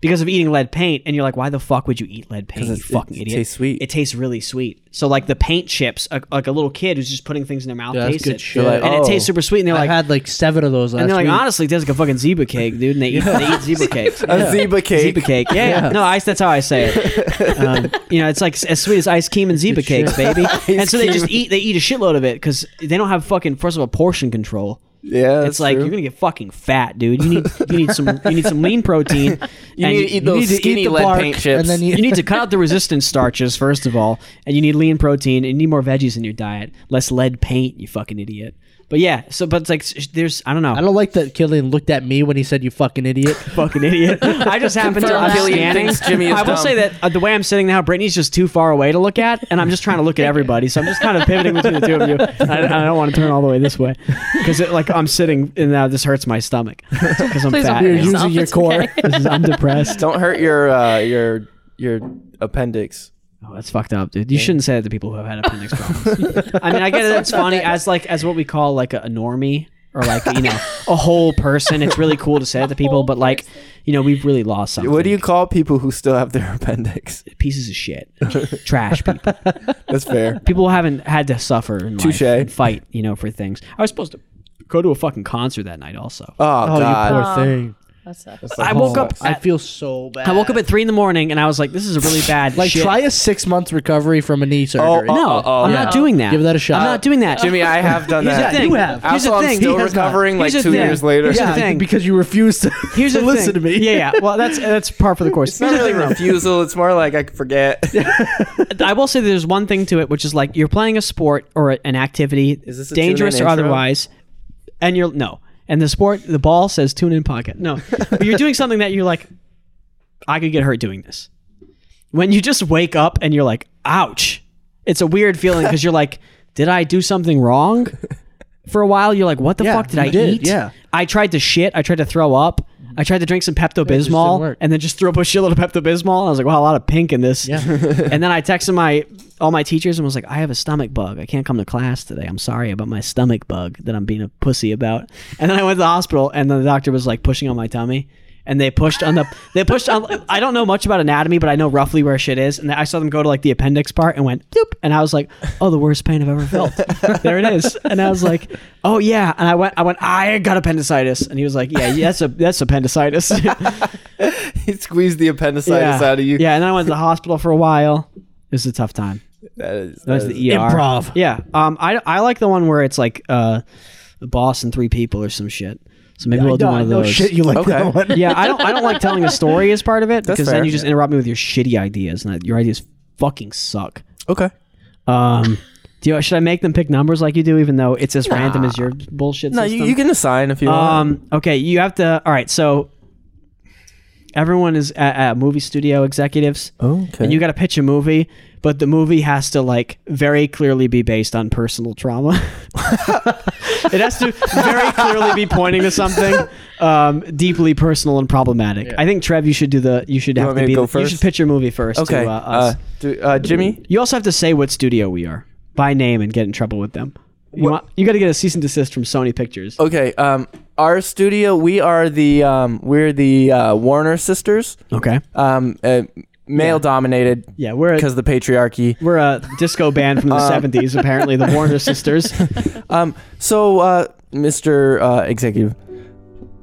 Speaker 1: because of eating lead paint. And you're like, why the fuck would you eat lead paint? You
Speaker 2: Oh. it's-
Speaker 1: fucking
Speaker 2: it
Speaker 1: idiot.
Speaker 2: tastes sweet.
Speaker 1: It tastes really sweet. So like the paint chips, a, like a little kid who's just putting things in their mouth,
Speaker 3: Yeah, that's
Speaker 1: tastes
Speaker 3: good
Speaker 1: it,
Speaker 3: shit.
Speaker 2: They're like,
Speaker 1: and it
Speaker 2: oh.
Speaker 1: tastes super sweet. And they're
Speaker 3: I've
Speaker 1: like,
Speaker 3: had like seven of those last
Speaker 1: and they're like,
Speaker 3: week.
Speaker 1: honestly, it tastes like a fucking zebra cake, dude. And they eat, they eat zebra cakes.
Speaker 2: a zebra cake.
Speaker 1: Zebra cake. Yeah, yeah. No, ice. That's how I say it. Um, you know, it's like as sweet as ice cream and zebra cakes, baby. and so they just eat. They eat a shitload of it because they don't have fucking first of all portion control.
Speaker 2: Yeah,
Speaker 1: It's like you're gonna get fucking fat, dude. You need you need some you need some lean protein.
Speaker 2: You
Speaker 1: and
Speaker 2: need to eat
Speaker 1: you
Speaker 2: those
Speaker 1: need to eat
Speaker 2: skinny
Speaker 1: the
Speaker 2: lead
Speaker 1: bark,
Speaker 2: paint chips.
Speaker 3: And then you,
Speaker 1: you need to cut out the resistant starches first of all, and you need lean protein. And you need more veggies in your diet, less lead paint. You fucking idiot. But yeah, so but it's like s- there's I don't know.
Speaker 3: I don't like that Killian looked at me when he said, "You fucking idiot."
Speaker 1: fucking idiot. I just happened to.
Speaker 4: Confirm
Speaker 1: I'm
Speaker 4: that.
Speaker 2: Gillian
Speaker 1: standing.
Speaker 2: thinks Jimmy is
Speaker 1: I will
Speaker 2: dumb.
Speaker 1: say that uh, the way I'm sitting now, Brittany's just too far away to look at, and I'm just trying to look at everybody. So I'm just kind of pivoting between the two of you. I, I don't want to turn all the way this way because like I'm sitting and now this hurts my stomach because I'm
Speaker 4: Please don't
Speaker 1: fat.
Speaker 4: hurt
Speaker 3: You're
Speaker 1: now.
Speaker 4: yourself.
Speaker 3: using your
Speaker 4: it's
Speaker 3: core.
Speaker 4: okay.
Speaker 1: This is- I'm depressed.
Speaker 2: Don't hurt your uh, your your appendix.
Speaker 1: Oh, that's fucked up, dude. You shouldn't say that to people who have had appendix problems. I mean, I get it. It's funny as like as what we call like a, a normie. or like you know a whole person. It's really cool to say that to people, but like you know we've really lost something.
Speaker 2: What do you call people who still have their appendix?
Speaker 1: Pieces of shit, trash people.
Speaker 2: That's fair.
Speaker 1: People haven't had to suffer in life
Speaker 2: Touche.
Speaker 1: and fight, you know, for things. I was supposed to go to a fucking concert that night. Also,
Speaker 2: Oh,
Speaker 3: Oh,
Speaker 2: God.
Speaker 3: you poor thing.
Speaker 4: That's a,
Speaker 1: I woke up.
Speaker 3: I
Speaker 1: I,
Speaker 3: feel so bad.
Speaker 1: I woke up at three in the morning and I was like, "This is a really bad
Speaker 3: like
Speaker 1: shit.
Speaker 3: try a six month recovery from a knee surgery.
Speaker 2: oh,
Speaker 1: No,
Speaker 2: Uh-oh.
Speaker 1: I'm
Speaker 3: Yeah.
Speaker 1: not doing that.
Speaker 3: Give that a shot.
Speaker 1: I'm not doing that.
Speaker 2: Jimmy, I have done
Speaker 1: Here's
Speaker 2: that.
Speaker 1: the thing.
Speaker 3: You have.
Speaker 1: Here's
Speaker 2: also,
Speaker 1: the
Speaker 2: I'm
Speaker 1: thing.
Speaker 2: still
Speaker 3: He has not.
Speaker 2: recovering like
Speaker 1: Here's
Speaker 2: two
Speaker 1: the thing.
Speaker 2: years later.
Speaker 1: Here's the
Speaker 3: yeah,
Speaker 1: thing.
Speaker 3: because you refuse to,
Speaker 1: Here's
Speaker 3: to
Speaker 1: the
Speaker 3: listen
Speaker 1: thing.
Speaker 3: to me.
Speaker 1: Yeah, yeah. Well, that's that's par for the course.
Speaker 2: It's not really refusal. It's more like I forget.
Speaker 1: I will say there's one thing to it, which is like you're playing a sport or a- an activity,
Speaker 2: Is this a
Speaker 1: dangerous
Speaker 2: tune-in
Speaker 1: or
Speaker 2: intro?
Speaker 1: otherwise, and you're no, and the sport, the ball says tune in pocket. No, but you're doing something that you're like, I could get hurt doing this. When you just wake up and you're like, ouch, it's a weird feeling because you're like, did I do something wrong? For a while, you're like, what the
Speaker 3: Yeah,
Speaker 1: fuck did
Speaker 3: you
Speaker 1: I
Speaker 3: did,
Speaker 1: eat?
Speaker 3: yeah.
Speaker 1: I tried to shit. I tried to throw up. I tried to drink some Pepto
Speaker 3: just didn't
Speaker 1: Bismol
Speaker 3: work.
Speaker 1: and then just threw up a shitload of Pepto Bismol. I was like, wow, a lot of pink in this.
Speaker 3: Yeah.
Speaker 1: and then I texted my all my teachers and was like, I have a stomach bug. I can't come to class today. I'm sorry about my stomach bug that I'm being a pussy about. And then I went to the hospital and the doctor was like pushing on my tummy. And they pushed on the they pushed on I don't know much about anatomy, but I know roughly where shit is. And I saw them go to like the appendix part and went doop and I was like, Oh, the worst pain I've ever felt. there it is. And I was like, Oh yeah. And I went I went, I got appendicitis. And he was like, Yeah, that's a that's appendicitis.
Speaker 2: he squeezed the appendicitis
Speaker 1: yeah.
Speaker 2: out of you.
Speaker 1: Yeah, and then I went to the hospital for a while. It was a tough time.
Speaker 2: That is,
Speaker 1: That was the ER.
Speaker 3: Improv.
Speaker 1: Yeah. Um. I, I like the one where it's like uh, a boss and three people or some shit. So maybe we'll do
Speaker 3: No,
Speaker 1: one of
Speaker 3: no
Speaker 1: those.
Speaker 3: shit, you like
Speaker 2: Okay.
Speaker 3: that one?
Speaker 1: yeah. I don't. I don't like telling a story as part of it because
Speaker 2: fair.
Speaker 1: then you just interrupt me with your shitty ideas and that your ideas fucking suck.
Speaker 2: okay.
Speaker 1: Um. Do you, should I make them pick numbers like you do, even though it's as random as your bullshit?
Speaker 2: No,
Speaker 1: system?
Speaker 2: you, you can assign if you want.
Speaker 1: Um. Okay. You have to. All right. So everyone is at, at movie studio executives.
Speaker 2: Okay.
Speaker 1: And you got to pitch a movie, but the movie has to like very clearly be based on personal trauma. it has to very clearly be pointing to something um, deeply personal and problematic. I think Trev, you should do the. You should have
Speaker 2: want
Speaker 1: to
Speaker 2: me to
Speaker 1: be.
Speaker 2: go
Speaker 1: You should
Speaker 2: first?
Speaker 1: pitch your movie first.
Speaker 2: okay.
Speaker 1: To, uh,
Speaker 2: uh,
Speaker 1: us.
Speaker 2: do- uh, Jimmy,
Speaker 1: you also have to say what studio we are by name and get in trouble with them. You, want, you got to get a cease and desist from Sony Pictures.
Speaker 2: Okay. Um, our studio, we are the um, we're the uh, Warner sisters.
Speaker 1: Okay.
Speaker 2: Um, uh, male dominated.
Speaker 1: Yeah, we're a,
Speaker 2: Because the patriarchy.
Speaker 1: we're a disco band from the
Speaker 2: Uh,
Speaker 1: '70s. Apparently, the Warner Sisters.
Speaker 2: Um, so, uh, Mr. Uh, executive,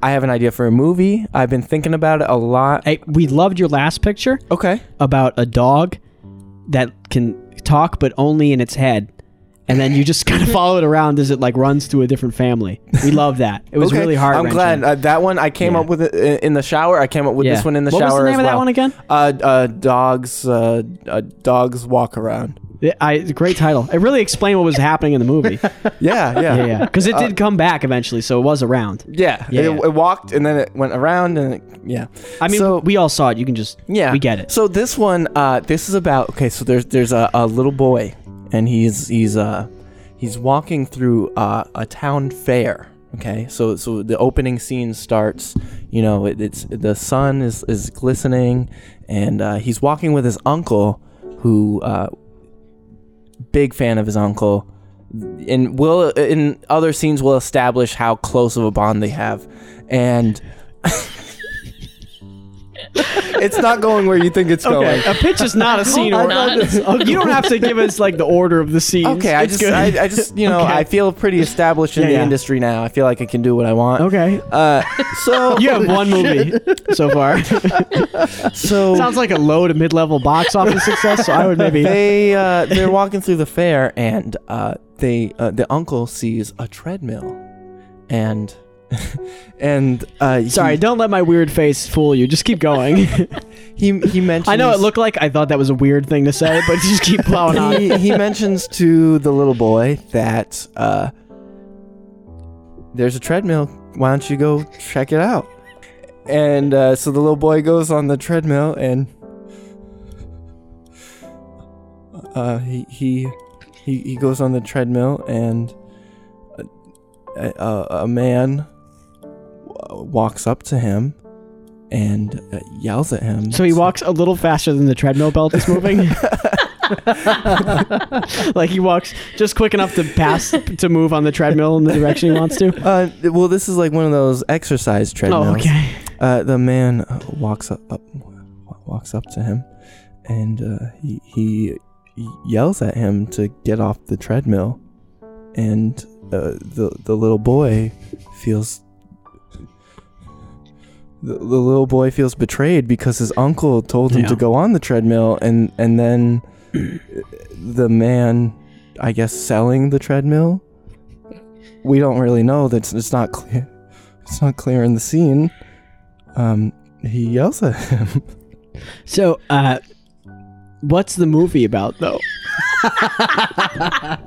Speaker 2: I have an idea for a movie. I've been thinking about it a lot.
Speaker 1: Hey, we loved your last picture.
Speaker 2: Okay.
Speaker 1: about a dog that can talk but only in its head and then you just kind of follow it around as it like runs to a different family we love that it was
Speaker 2: okay.
Speaker 1: really hard
Speaker 2: I'm glad uh, that one. I came
Speaker 1: Yeah.
Speaker 2: up with it i- in the shower. I came up with this one in the
Speaker 1: what
Speaker 2: shower
Speaker 1: was the name
Speaker 2: as
Speaker 1: of that
Speaker 2: well.
Speaker 1: one again
Speaker 2: Uh, uh, dogs. Uh, uh, dogs walk around.
Speaker 1: Yeah, I, great title it really explained what was happening in the movie
Speaker 2: Yeah, yeah,
Speaker 1: yeah yeah because
Speaker 2: Uh,
Speaker 1: it did come back eventually so it was around
Speaker 2: yeah.
Speaker 1: Yeah,
Speaker 2: it,
Speaker 1: yeah.
Speaker 2: it walked and then it went around and it, yeah.
Speaker 1: i mean
Speaker 2: so,
Speaker 1: we all saw it you can just
Speaker 2: Yeah,
Speaker 1: we get it
Speaker 2: So this one, uh, this is about okay. So there's there's a, a little boy, and he's he's uh he's walking through uh, a town fair. Okay, so so the opening scene starts. You know, it, it's the sun is is glistening, and uh, he's walking with his uncle, who uh, big fan of his uncle, and will in other scenes will establish how close of a bond they have, and. it's not going where you think it's
Speaker 1: Okay, a pitch is not a scene.
Speaker 4: Hold
Speaker 1: or-
Speaker 4: on.
Speaker 1: you don't have to give us like the order of the scenes.
Speaker 2: Okay, I
Speaker 1: It's
Speaker 2: just,
Speaker 1: good.
Speaker 2: I, I just, you know,
Speaker 1: Okay.
Speaker 2: I feel pretty established in
Speaker 1: Yeah,
Speaker 2: the
Speaker 1: yeah.
Speaker 2: industry now. I feel like I can do what I want.
Speaker 1: okay.
Speaker 2: Uh, so,
Speaker 1: You have one movie so far.
Speaker 2: so
Speaker 1: Sounds like a low to mid level box office success, so I would maybe.
Speaker 2: they uh, they're walking through the fair, and uh, they uh, the uncle sees a treadmill, and and uh,
Speaker 1: Sorry,
Speaker 2: he,
Speaker 1: don't let my weird face fool you. Just keep going.
Speaker 2: he he mentions.
Speaker 1: I know it looked like I thought that was a weird thing to say, but just keep plowing on.
Speaker 2: he, he mentions to the little boy that uh, there's a treadmill. Why don't you go check it out? And uh, so the little boy goes on the treadmill and uh, he, he he he goes on the treadmill and a, a, a man w- walks up to him and uh, yells at him.
Speaker 1: So he walks a little faster than the treadmill belt is moving. like he walks just quick enough to pass to move on the treadmill in the direction he wants to.
Speaker 2: Uh, well, this is like one of those exercise treadmills.
Speaker 1: Oh, okay.
Speaker 2: Uh, the man uh, walks up, up, walks up to him, and uh, he he yells at him to get off the treadmill, and uh, the the little boy feels. The, the little boy feels betrayed because his uncle told him
Speaker 1: Yeah.
Speaker 2: to go on the treadmill, and and then uh, the man, I guess, selling the treadmill. We don't really know. That's it's not clear. It's not clear in the scene um, he yells at him.
Speaker 1: So, uh, what's the movie about though?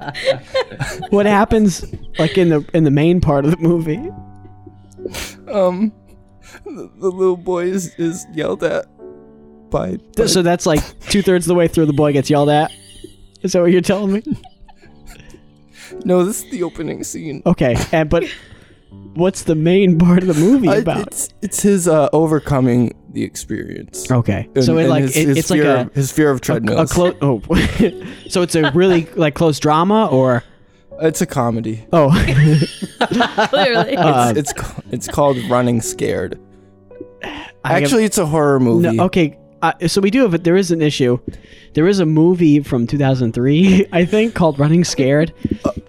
Speaker 1: what happens like in the in the main part of the movie?
Speaker 2: Um, the, the little boy is, is yelled at by. by-
Speaker 1: So that's like two thirds of the way through, the boy gets yelled at. Is that what you're telling me?
Speaker 2: no, this is the opening scene.
Speaker 1: Okay, and but what's the main part of the movie
Speaker 2: I-
Speaker 1: about?
Speaker 2: it's it's his uh, overcoming the experience.
Speaker 1: okay,
Speaker 2: And-
Speaker 1: so it
Speaker 2: and
Speaker 1: like
Speaker 2: his-
Speaker 1: it-
Speaker 2: his
Speaker 1: it's like
Speaker 2: fear
Speaker 1: a
Speaker 2: of- his fear of
Speaker 1: a,
Speaker 2: treadmills.
Speaker 1: close. Oh, so it's a really like close drama or
Speaker 2: it's a comedy.
Speaker 1: oh
Speaker 4: Clearly.
Speaker 1: Uh,
Speaker 2: it's ca- it's called Running Scared.
Speaker 1: I have-
Speaker 2: Actually, it's a horror
Speaker 1: No,
Speaker 2: movie.
Speaker 1: okay. Uh, so we do have, a- there is an issue. There is a movie from 2003, I think, called Running Scared.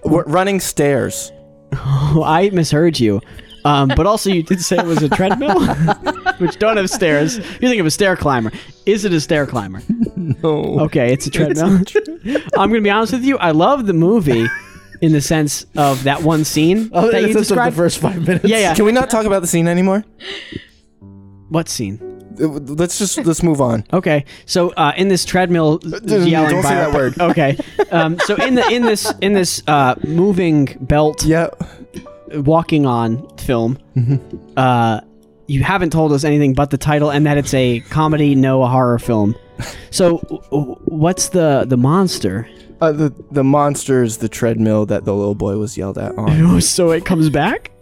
Speaker 2: We're running stairs.
Speaker 1: Oh, I misheard you. Um, but also, you did say it was a treadmill, which don't have stairs. You think of a stair climber. Is it a stair climber?
Speaker 2: No.
Speaker 1: Okay, it's a treadmill. I'm going to be honest with you. I love the movie in the sense of that one scene
Speaker 3: Oh,
Speaker 1: that you
Speaker 3: that's just the
Speaker 1: described.
Speaker 3: first five minutes.
Speaker 1: yeah, yeah.
Speaker 2: Can we not talk about the scene anymore?
Speaker 1: What scene?
Speaker 2: Uh, Let's just let's move on.
Speaker 1: Okay, so uh, in this treadmill,
Speaker 2: don't
Speaker 1: yelling
Speaker 2: say
Speaker 1: by-
Speaker 2: that word.
Speaker 1: Okay, um, so in the in this in this uh, moving belt
Speaker 2: Yeah.
Speaker 1: walking on film. Uh, you haven't told us anything but the title and that it's a comedy, no a horror film. So, w- w- what's the the monster?
Speaker 2: Uh, the the monster is the treadmill that the little boy was yelled at on.
Speaker 1: so it comes back.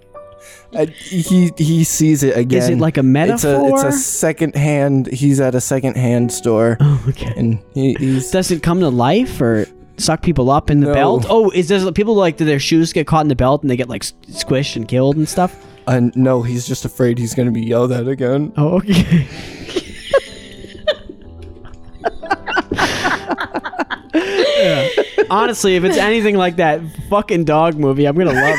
Speaker 2: Uh, he he sees it again.
Speaker 1: it like a
Speaker 2: It's a,
Speaker 1: metaphor?
Speaker 2: it's a second hand. He's at a second hand store,
Speaker 1: Oh. Okay.
Speaker 2: and he, he's
Speaker 1: Does it come to life or suck people up in the
Speaker 2: No.
Speaker 1: belt? Oh, is does people like do their shoes get caught in the belt and they get like s- squished and killed and stuff?
Speaker 2: uh, no. He's just afraid he's gonna be yelled at again.
Speaker 1: Oh, okay. Honestly, if it's anything like that fucking dog movie, I'm gonna love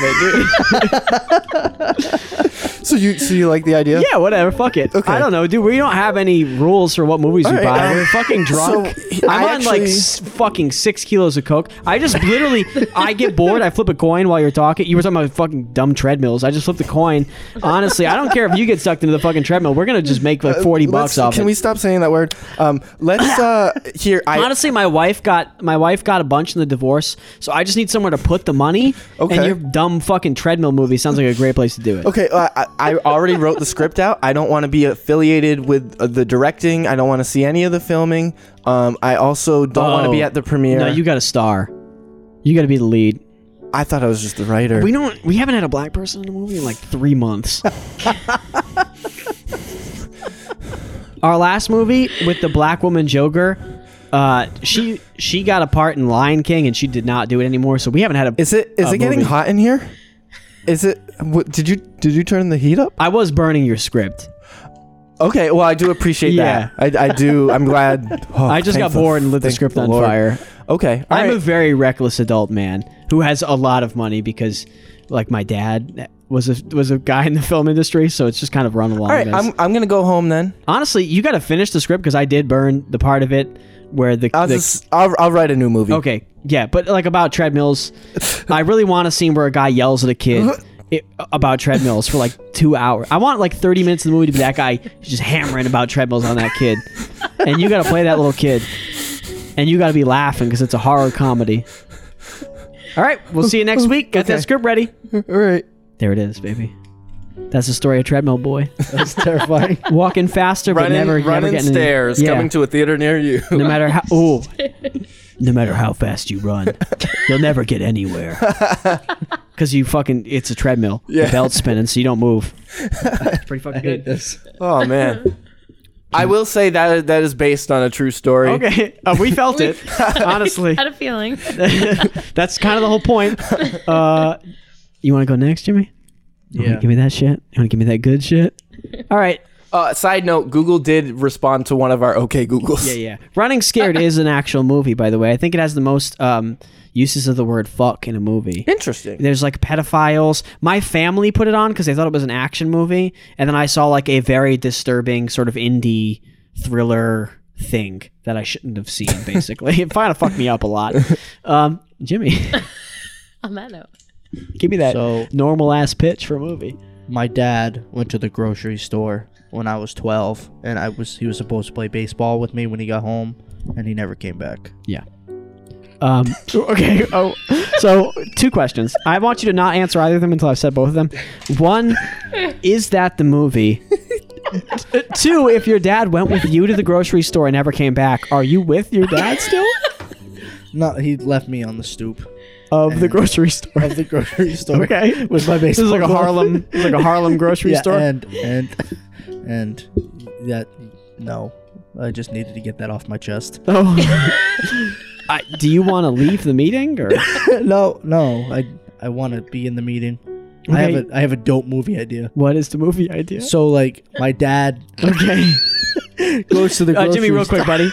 Speaker 1: it, dude.
Speaker 2: So you so you like the idea?
Speaker 1: yeah, whatever. Fuck it. I don't know, dude. We don't have any rules for what movies we
Speaker 2: All right,
Speaker 1: buy.
Speaker 2: um,
Speaker 1: We're fucking drunk.
Speaker 2: so,
Speaker 1: I'm
Speaker 2: I
Speaker 1: on like
Speaker 2: actually-
Speaker 1: s- fucking six kilos of coke. I just literally, I get bored. I flip a coin while you're talking. You were talking about fucking dumb treadmills. I just flipped a coin. Honestly, I don't care if you get sucked into the fucking treadmill. We're gonna just make like forty bucks
Speaker 2: Uh, Let's-
Speaker 1: off.
Speaker 2: Can
Speaker 1: it.
Speaker 2: we stop saying that word? Um, let's uh here. I
Speaker 1: Honestly, my wife got my wife got a bunch in the divorce, so I just need somewhere to put the money. And
Speaker 2: Okay.
Speaker 1: your dumb fucking treadmill movie sounds like a great place to do it.
Speaker 2: Okay, uh, I, I already wrote the script out. I don't want to be affiliated with uh, the directing. I don't want to see any of the filming. Um, I also don't want to
Speaker 1: Oh.
Speaker 2: be at the premiere.
Speaker 1: No, you got a star. You got to be the lead.
Speaker 2: I thought I was just the writer.
Speaker 1: We don't. We haven't had a black person in a movie in like three months. Our last movie with the black woman Joker, uh, she she got a part in Lion King and she did not do it anymore. So we haven't had a.
Speaker 2: Is it is
Speaker 1: a
Speaker 2: it getting
Speaker 1: movie.
Speaker 2: hot in here? Is it? What, did you did you turn the heat up?
Speaker 1: I was burning your script.
Speaker 2: Okay. Well, I do appreciate
Speaker 1: Yeah.
Speaker 2: that. I, I do. I'm glad. Oh,
Speaker 1: I just got
Speaker 2: thank
Speaker 1: bored and lit the
Speaker 2: thank
Speaker 1: script on
Speaker 2: Lord.
Speaker 1: fire.
Speaker 2: Okay. all
Speaker 1: I'm a
Speaker 2: right.
Speaker 1: very reckless adult man who has a lot of money because, like, my dad was a was a guy in the film industry, so it's just kind of run along.
Speaker 2: All right.
Speaker 1: this.
Speaker 2: I'm I'm gonna go home then.
Speaker 1: Honestly, you got to finish the script because I did burn the part of it where the,
Speaker 2: I'll
Speaker 1: the-
Speaker 2: just I'll, I'll write a new movie.
Speaker 1: okay, yeah, but like about treadmills, I really want a scene where a guy yells at a kid. It, about treadmills for like two hours. I want like thirty minutes of the movie to be that guy just hammering about treadmills on that kid, and you got to play that little kid, and you got to be laughing because it's a horror comedy. All right, we'll see you next week. Got that script ready?
Speaker 2: All right.
Speaker 1: There it is, baby. That's the story of treadmill boy,
Speaker 3: That's terrifying.
Speaker 1: walking faster but never never getting any- Yeah
Speaker 2: to a theater near you.
Speaker 1: no matter how oh, no matter how fast you run, you'll never get anywhere. Because you fucking, it's a treadmill. The belt's spinning, so you don't move. It's pretty fucking good.
Speaker 3: This-
Speaker 2: oh man. I will say that that is based on a true story.
Speaker 1: Okay, uh, we felt it. Honestly,
Speaker 4: had a feeling.
Speaker 1: that's kind of the whole point. Uh, you want to go next, Jimmy? You wanna
Speaker 3: Yeah.
Speaker 1: give me that shit. You want to give me that good shit? All right.
Speaker 2: Uh, side note: Google did respond to one of our OK Googles.
Speaker 1: Yeah, yeah. Running Scared is an actual movie, by the way. I think it has the most um, uses of the word "fuck" in a movie.
Speaker 2: Interesting.
Speaker 1: There's like pedophiles. My family put it on because they thought it was an action movie, and then I saw like a very disturbing sort of indie thriller thing that I shouldn't have seen. Basically, it kind of fucked me up a lot. Um, Jimmy,
Speaker 4: On that note,
Speaker 1: give me that
Speaker 3: So-
Speaker 1: normal ass pitch for a movie.
Speaker 3: My dad went to the grocery store when I was 12, and I was he was supposed to play baseball with me when he got home, and he never came back.
Speaker 1: Um, okay. Oh, so two questions. I want you to not answer either of them until I've said both of them. One, is that the movie? T- Two, if your dad went with you to the grocery store and never came back, are you with your dad still
Speaker 3: No, he left me on the stoop
Speaker 1: of the grocery store?
Speaker 3: of the grocery store.
Speaker 1: Okay.
Speaker 3: with my baseball.
Speaker 1: This is like a
Speaker 3: glove.
Speaker 1: Harlem, it's like a Harlem grocery
Speaker 3: yeah,
Speaker 1: store.
Speaker 3: and and and that no, I just needed to get that off my chest.
Speaker 1: oh. I, do you want to leave the meeting or?
Speaker 3: no, no, I I want to be in the meeting. I have
Speaker 1: Okay.
Speaker 3: a I have a dope movie idea.
Speaker 1: What is the movie idea?
Speaker 3: So like my dad
Speaker 1: Okay,
Speaker 3: goes to the
Speaker 1: uh,
Speaker 3: grocery
Speaker 1: Jimmy, real
Speaker 3: store.
Speaker 1: quick, buddy.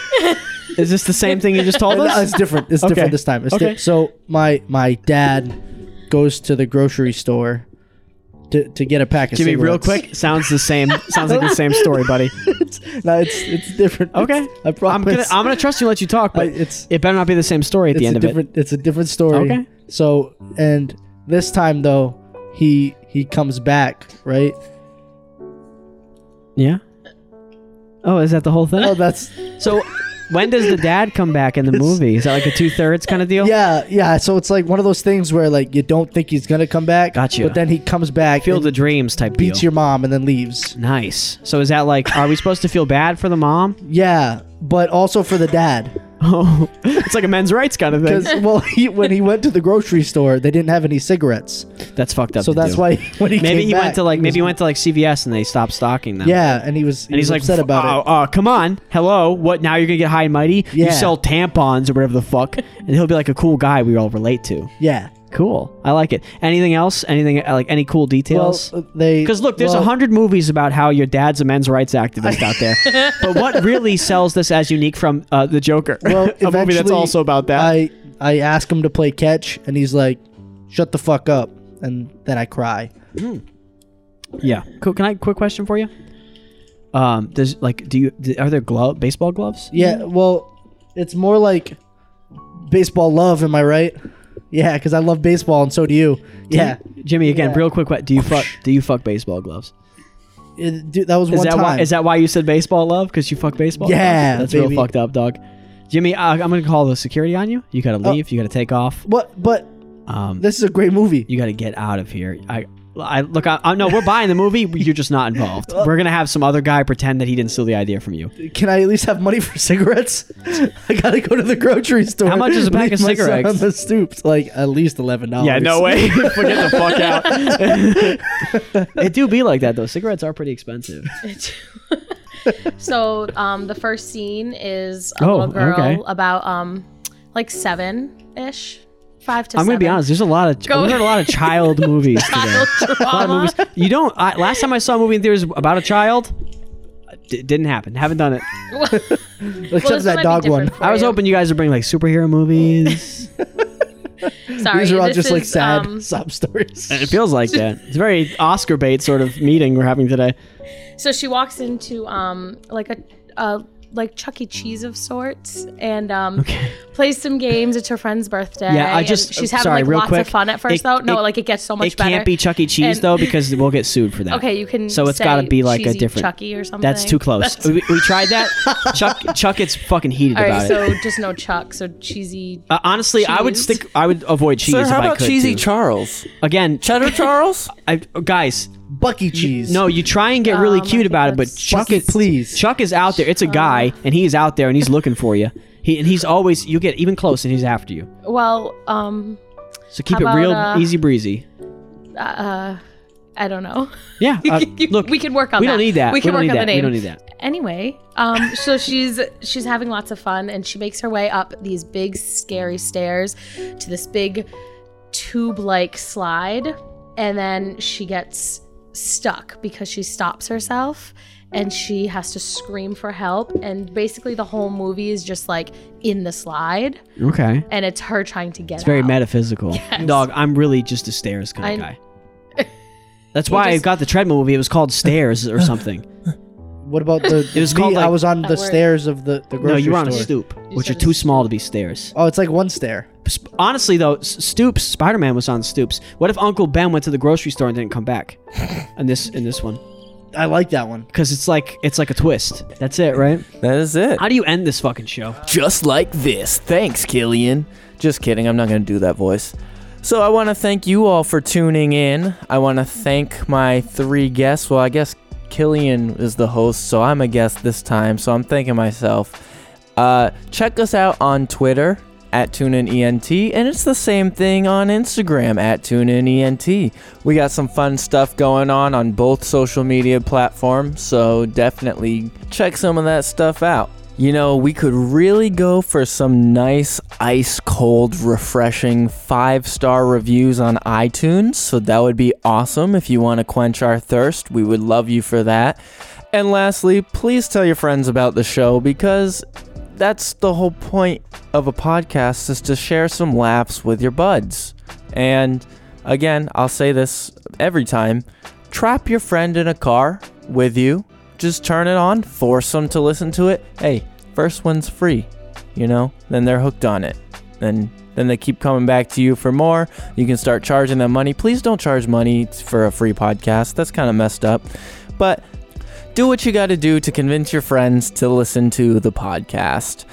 Speaker 1: Is this the same thing you just told
Speaker 3: No,
Speaker 1: us?
Speaker 3: uh, it's different. It's
Speaker 1: Okay.
Speaker 3: different this time. It's
Speaker 1: Okay.
Speaker 3: di- so my my dad goes to the grocery store to, to get a pack of
Speaker 1: Jimmy, real
Speaker 3: cigarettes.
Speaker 1: quick, sounds the same. Sounds like the same story, buddy.
Speaker 3: no, it's it's different.
Speaker 1: Okay,
Speaker 3: It's- I promise.
Speaker 1: I'm gonna I'm gonna trust you. and Let you talk,
Speaker 3: I-
Speaker 1: but
Speaker 3: it's
Speaker 1: it better not be the same story at
Speaker 3: it's
Speaker 1: the end
Speaker 3: a
Speaker 1: of it.
Speaker 3: different it's a different story.
Speaker 1: Okay.
Speaker 3: So and this time though, he he comes back right.
Speaker 1: Yeah. Oh, is that the whole
Speaker 3: Oh,
Speaker 1: thing?
Speaker 3: that's
Speaker 1: So, when does the dad come back in the movie? Is that like a two thirds kind of deal?
Speaker 3: yeah yeah. So it's like one of those things where like you don't think he's gonna come back.
Speaker 1: Gotcha.
Speaker 3: But then he comes back,
Speaker 1: Field
Speaker 3: and
Speaker 1: of Dreams type
Speaker 3: beats
Speaker 1: deal.
Speaker 3: your mom, and then leaves.
Speaker 1: nice. So is that like? Are we supposed to feel bad for the mom?
Speaker 3: Yeah, but also for the dad.
Speaker 1: Oh, it's like a men's rights kind of thing.
Speaker 3: Because well, he, when he went to the grocery store, they didn't have any cigarettes,
Speaker 1: That's fucked up.
Speaker 3: so
Speaker 1: to
Speaker 3: that's
Speaker 1: do.
Speaker 3: why when he
Speaker 1: Maybe
Speaker 3: came
Speaker 1: he
Speaker 3: back,
Speaker 1: went to like maybe he
Speaker 3: was-
Speaker 1: went to like CVS and they stopped stocking them.
Speaker 3: yeah, and he was
Speaker 1: And
Speaker 3: he
Speaker 1: he's
Speaker 3: was
Speaker 1: like,
Speaker 3: upset about
Speaker 1: oh,
Speaker 3: it.
Speaker 1: uh, come on, hello, what? Now you're gonna get high and mighty? You
Speaker 3: Yeah.
Speaker 1: sell tampons or whatever the fuck, and he'll be like a cool guy we all relate to.
Speaker 3: Yeah,
Speaker 1: Cool, I like it. Anything else? Anything uh, like any cool
Speaker 3: well,
Speaker 1: details?
Speaker 3: uh, they
Speaker 1: Because look, there's a
Speaker 3: well,
Speaker 1: hundred movies about how your dad's a men's rights activist out there, but what really sells this as unique from uh, the Joker?
Speaker 3: Well,
Speaker 1: a movie that's
Speaker 3: eventually,
Speaker 1: also about that.
Speaker 3: I I ask him to play catch, and he's like, "Shut the fuck up," and then I cry.
Speaker 1: yeah. Cool. Can I quick question for you? Um, does like do you do, are there glove baseball gloves?
Speaker 3: Yeah, well, it's more like baseball love. Am I right? Yeah, because I love baseball, and so do you. Yeah,
Speaker 1: Jimmy, again,
Speaker 3: Yeah.
Speaker 1: real quick, que- do you fuck do you fuck baseball gloves?
Speaker 3: It- dude, that was
Speaker 1: Is
Speaker 3: one
Speaker 1: that
Speaker 3: time.
Speaker 1: why? Is that why you said baseball love? Because you fuck baseball?
Speaker 3: Yeah,
Speaker 1: that's
Speaker 3: baby.
Speaker 1: real fucked up, dog. Jimmy, uh, I'm gonna call the security on you. You gotta
Speaker 3: Oh.
Speaker 1: leave. you gotta take off.
Speaker 3: what? But
Speaker 1: Um,
Speaker 3: this is a great movie.
Speaker 1: you gotta get out of here. I, I look. I, I no, we're buying the movie. You're just not involved. We're gonna have some other guy pretend that he didn't steal the idea from you.
Speaker 3: Can I at least have money for cigarettes? I gotta go to the grocery store.
Speaker 1: How much is a pack
Speaker 3: Leave
Speaker 1: of
Speaker 3: my son
Speaker 1: cigarettes?
Speaker 3: On the stoop, It's like at least eleven dollars.
Speaker 1: way. Forget the fuck out. it do be like that though. Cigarettes are pretty expensive.
Speaker 4: so um, the first scene is a
Speaker 1: Oh,
Speaker 4: little girl
Speaker 1: okay.
Speaker 4: about um, like seven ish, five to.
Speaker 1: I'm gonna be
Speaker 4: seven.
Speaker 1: honest. There's a lot of
Speaker 4: Go-
Speaker 1: we heard a lot of child movies today.
Speaker 4: Child
Speaker 1: A lot of
Speaker 4: drama.
Speaker 1: movies. You don't. I, last time I saw a movie in theaters about a child, d- didn't happen. Haven't done it.
Speaker 3: Except
Speaker 4: Well, this might
Speaker 3: that
Speaker 4: be
Speaker 3: dog one.
Speaker 4: different for
Speaker 1: I was
Speaker 4: you.
Speaker 1: hoping you guys would bring like superhero movies.
Speaker 4: Sorry,
Speaker 3: These are all
Speaker 4: this
Speaker 3: just like
Speaker 4: is,
Speaker 3: sad
Speaker 4: um,
Speaker 3: sob stories.
Speaker 1: it feels like that. It's a very Oscar bait sort of meeting we're having today.
Speaker 4: So she walks into um like a uh like Chuck E. Cheese of sorts and um plays some games. It's her friend's birthday.
Speaker 1: Yeah, I
Speaker 4: and
Speaker 1: just-
Speaker 4: she's having
Speaker 1: sorry,
Speaker 4: like
Speaker 1: real
Speaker 4: lots
Speaker 1: quick.
Speaker 4: of fun at first
Speaker 1: It-
Speaker 4: though. No,
Speaker 1: it-
Speaker 4: like it gets so much
Speaker 1: it
Speaker 4: better.
Speaker 1: can't be Chuck E. Cheese
Speaker 4: And-
Speaker 1: though because we'll get sued for that.
Speaker 4: Okay, you can
Speaker 1: So it's
Speaker 4: say
Speaker 1: gotta be like a
Speaker 4: cheesy E.
Speaker 1: different-
Speaker 4: Chucky or something.
Speaker 1: That's too close. we, we tried that. Chuck Chuck gets fucking heated
Speaker 4: All
Speaker 1: about
Speaker 4: right, so
Speaker 1: it.
Speaker 4: just no Chuck. So cheesy.
Speaker 1: Uh, honestly, I would
Speaker 4: Cheese.
Speaker 1: stick. I would avoid cheese.
Speaker 2: Sir,
Speaker 1: if
Speaker 2: how
Speaker 1: I
Speaker 2: about
Speaker 1: could,
Speaker 2: cheesy
Speaker 1: dude.
Speaker 2: Charles?
Speaker 1: Again,
Speaker 2: Cheddar Charles?
Speaker 1: I, guys,
Speaker 3: Bucky cheese.
Speaker 1: No, you try and get really
Speaker 4: Um, I
Speaker 1: cute
Speaker 4: think
Speaker 1: about it, but
Speaker 4: that's- Uh.
Speaker 1: Chuck
Speaker 3: Bucky,
Speaker 1: is
Speaker 3: please.
Speaker 1: Chuck is out there. It's a guy, and he's out there, and he's looking for you. He and he's always you get even close, and he's after you.
Speaker 4: Well, um,
Speaker 1: So keep
Speaker 4: How
Speaker 1: it real
Speaker 4: about, uh,
Speaker 1: easy breezy.
Speaker 4: uh, I don't know.
Speaker 1: Yeah, uh,
Speaker 4: You-
Speaker 1: look,
Speaker 4: we can work on
Speaker 1: we
Speaker 4: that.
Speaker 1: don't need that.
Speaker 4: We
Speaker 1: uh,
Speaker 4: can
Speaker 1: don't
Speaker 4: work
Speaker 1: need
Speaker 4: on
Speaker 1: that.
Speaker 4: the name.
Speaker 1: We don't need that.
Speaker 4: anyway, um, so she's she's having lots of fun, and she makes her way up these big scary stairs to this big tube-like slide, and then she gets stuck because she stops herself and she has to scream for help and basically the whole movie is just like in the slide
Speaker 1: Okay.
Speaker 4: and it's her trying to get
Speaker 1: It's very
Speaker 4: out.
Speaker 1: metaphysical. Dog, I'm really just a stairs kind of
Speaker 4: I-
Speaker 1: guy. That's why I
Speaker 4: just-
Speaker 1: got the treadmill movie. It was called Stairs or something.
Speaker 3: What about the?
Speaker 1: It was called,
Speaker 3: me,
Speaker 1: like-
Speaker 3: I was on
Speaker 4: That
Speaker 3: the
Speaker 4: word.
Speaker 3: stairs of the the grocery
Speaker 1: no, you're on a
Speaker 3: store.
Speaker 1: stoop, which are
Speaker 4: said
Speaker 1: too small to be stairs.
Speaker 3: Oh, it's like one stair.
Speaker 1: Sp- Honestly, though, S- Stoops, Spider Man was on Stoops. What if Uncle Ben went to the grocery store and didn't come back? in this, in this one,
Speaker 3: I like that one.
Speaker 1: because it's like it's like a twist. That's it, right?
Speaker 2: That is it.
Speaker 1: How do you end this fucking show?
Speaker 2: just like this. Thanks, Killian. Just kidding, I'm not going to do that voice. So I want to thank you all for tuning in. I want to thank my three guests. Well, I guess Killian is the host, so I'm a guest this time, so I'm thanking myself. Uh, check us out on Twitter at TuneInENT, and it's the same thing on Instagram at TuneInENT. We got some fun stuff going on on both social media platforms, so definitely check some of that stuff out. You know, we could really go for some nice, ice cold, refreshing five star reviews on iTunes, so that would be awesome if you want to quench our thirst. We would love you for that. And lastly, please tell your friends about the show because that's the whole point of a podcast is to share some laughs with your buds. And again, I'll say this every time trap your friend in a car with you, just turn it on, force them to listen to it. Hey, first one's free, you know? Then they're hooked on it. Then then they keep coming back to you for more. You can start charging them money. Please don't charge money for a free podcast. That's kind of messed up. But do what you got to do to convince your friends to listen to the podcast.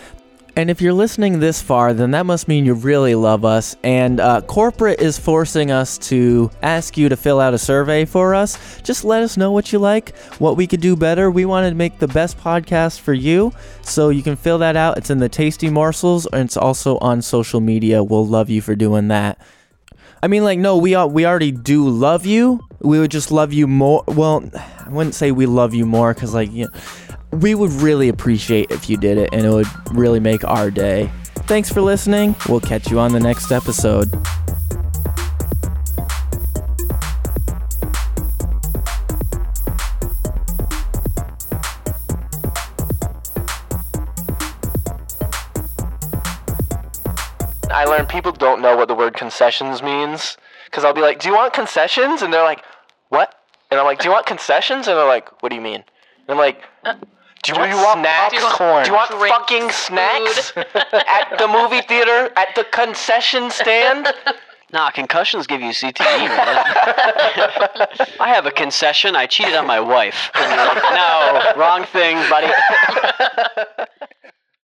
Speaker 2: And if you're listening this far, then that must mean you really love us. And uh, corporate is forcing us to ask you to fill out a survey for us. Just let us know what you like, what we could do better. We want to make the best podcast for you. So you can fill that out. It's in the Tasty Morsels, and it's also on social media. We'll love you for doing that. I mean, like, no, we al- we already do love you. We would just love you more. Well, I wouldn't say we love you more because, like, you we would really appreciate if you did it, and it would really make our day. Thanks for listening. We'll catch you on the next episode. I learned people don't know what the word concessions means because I'll be like, "Do you want concessions?" and they're like, "What?" and I'm like, "Do you want concessions?" and they're like, "What do you mean?" and I'm like, "Do you, want snacks? Do you want, fucking snacks at the movie theater at the concession stand?"
Speaker 6: Nah, concussions give you CTE, man. I have a concession. I cheated on my wife. And you're like, no, wrong thing, buddy.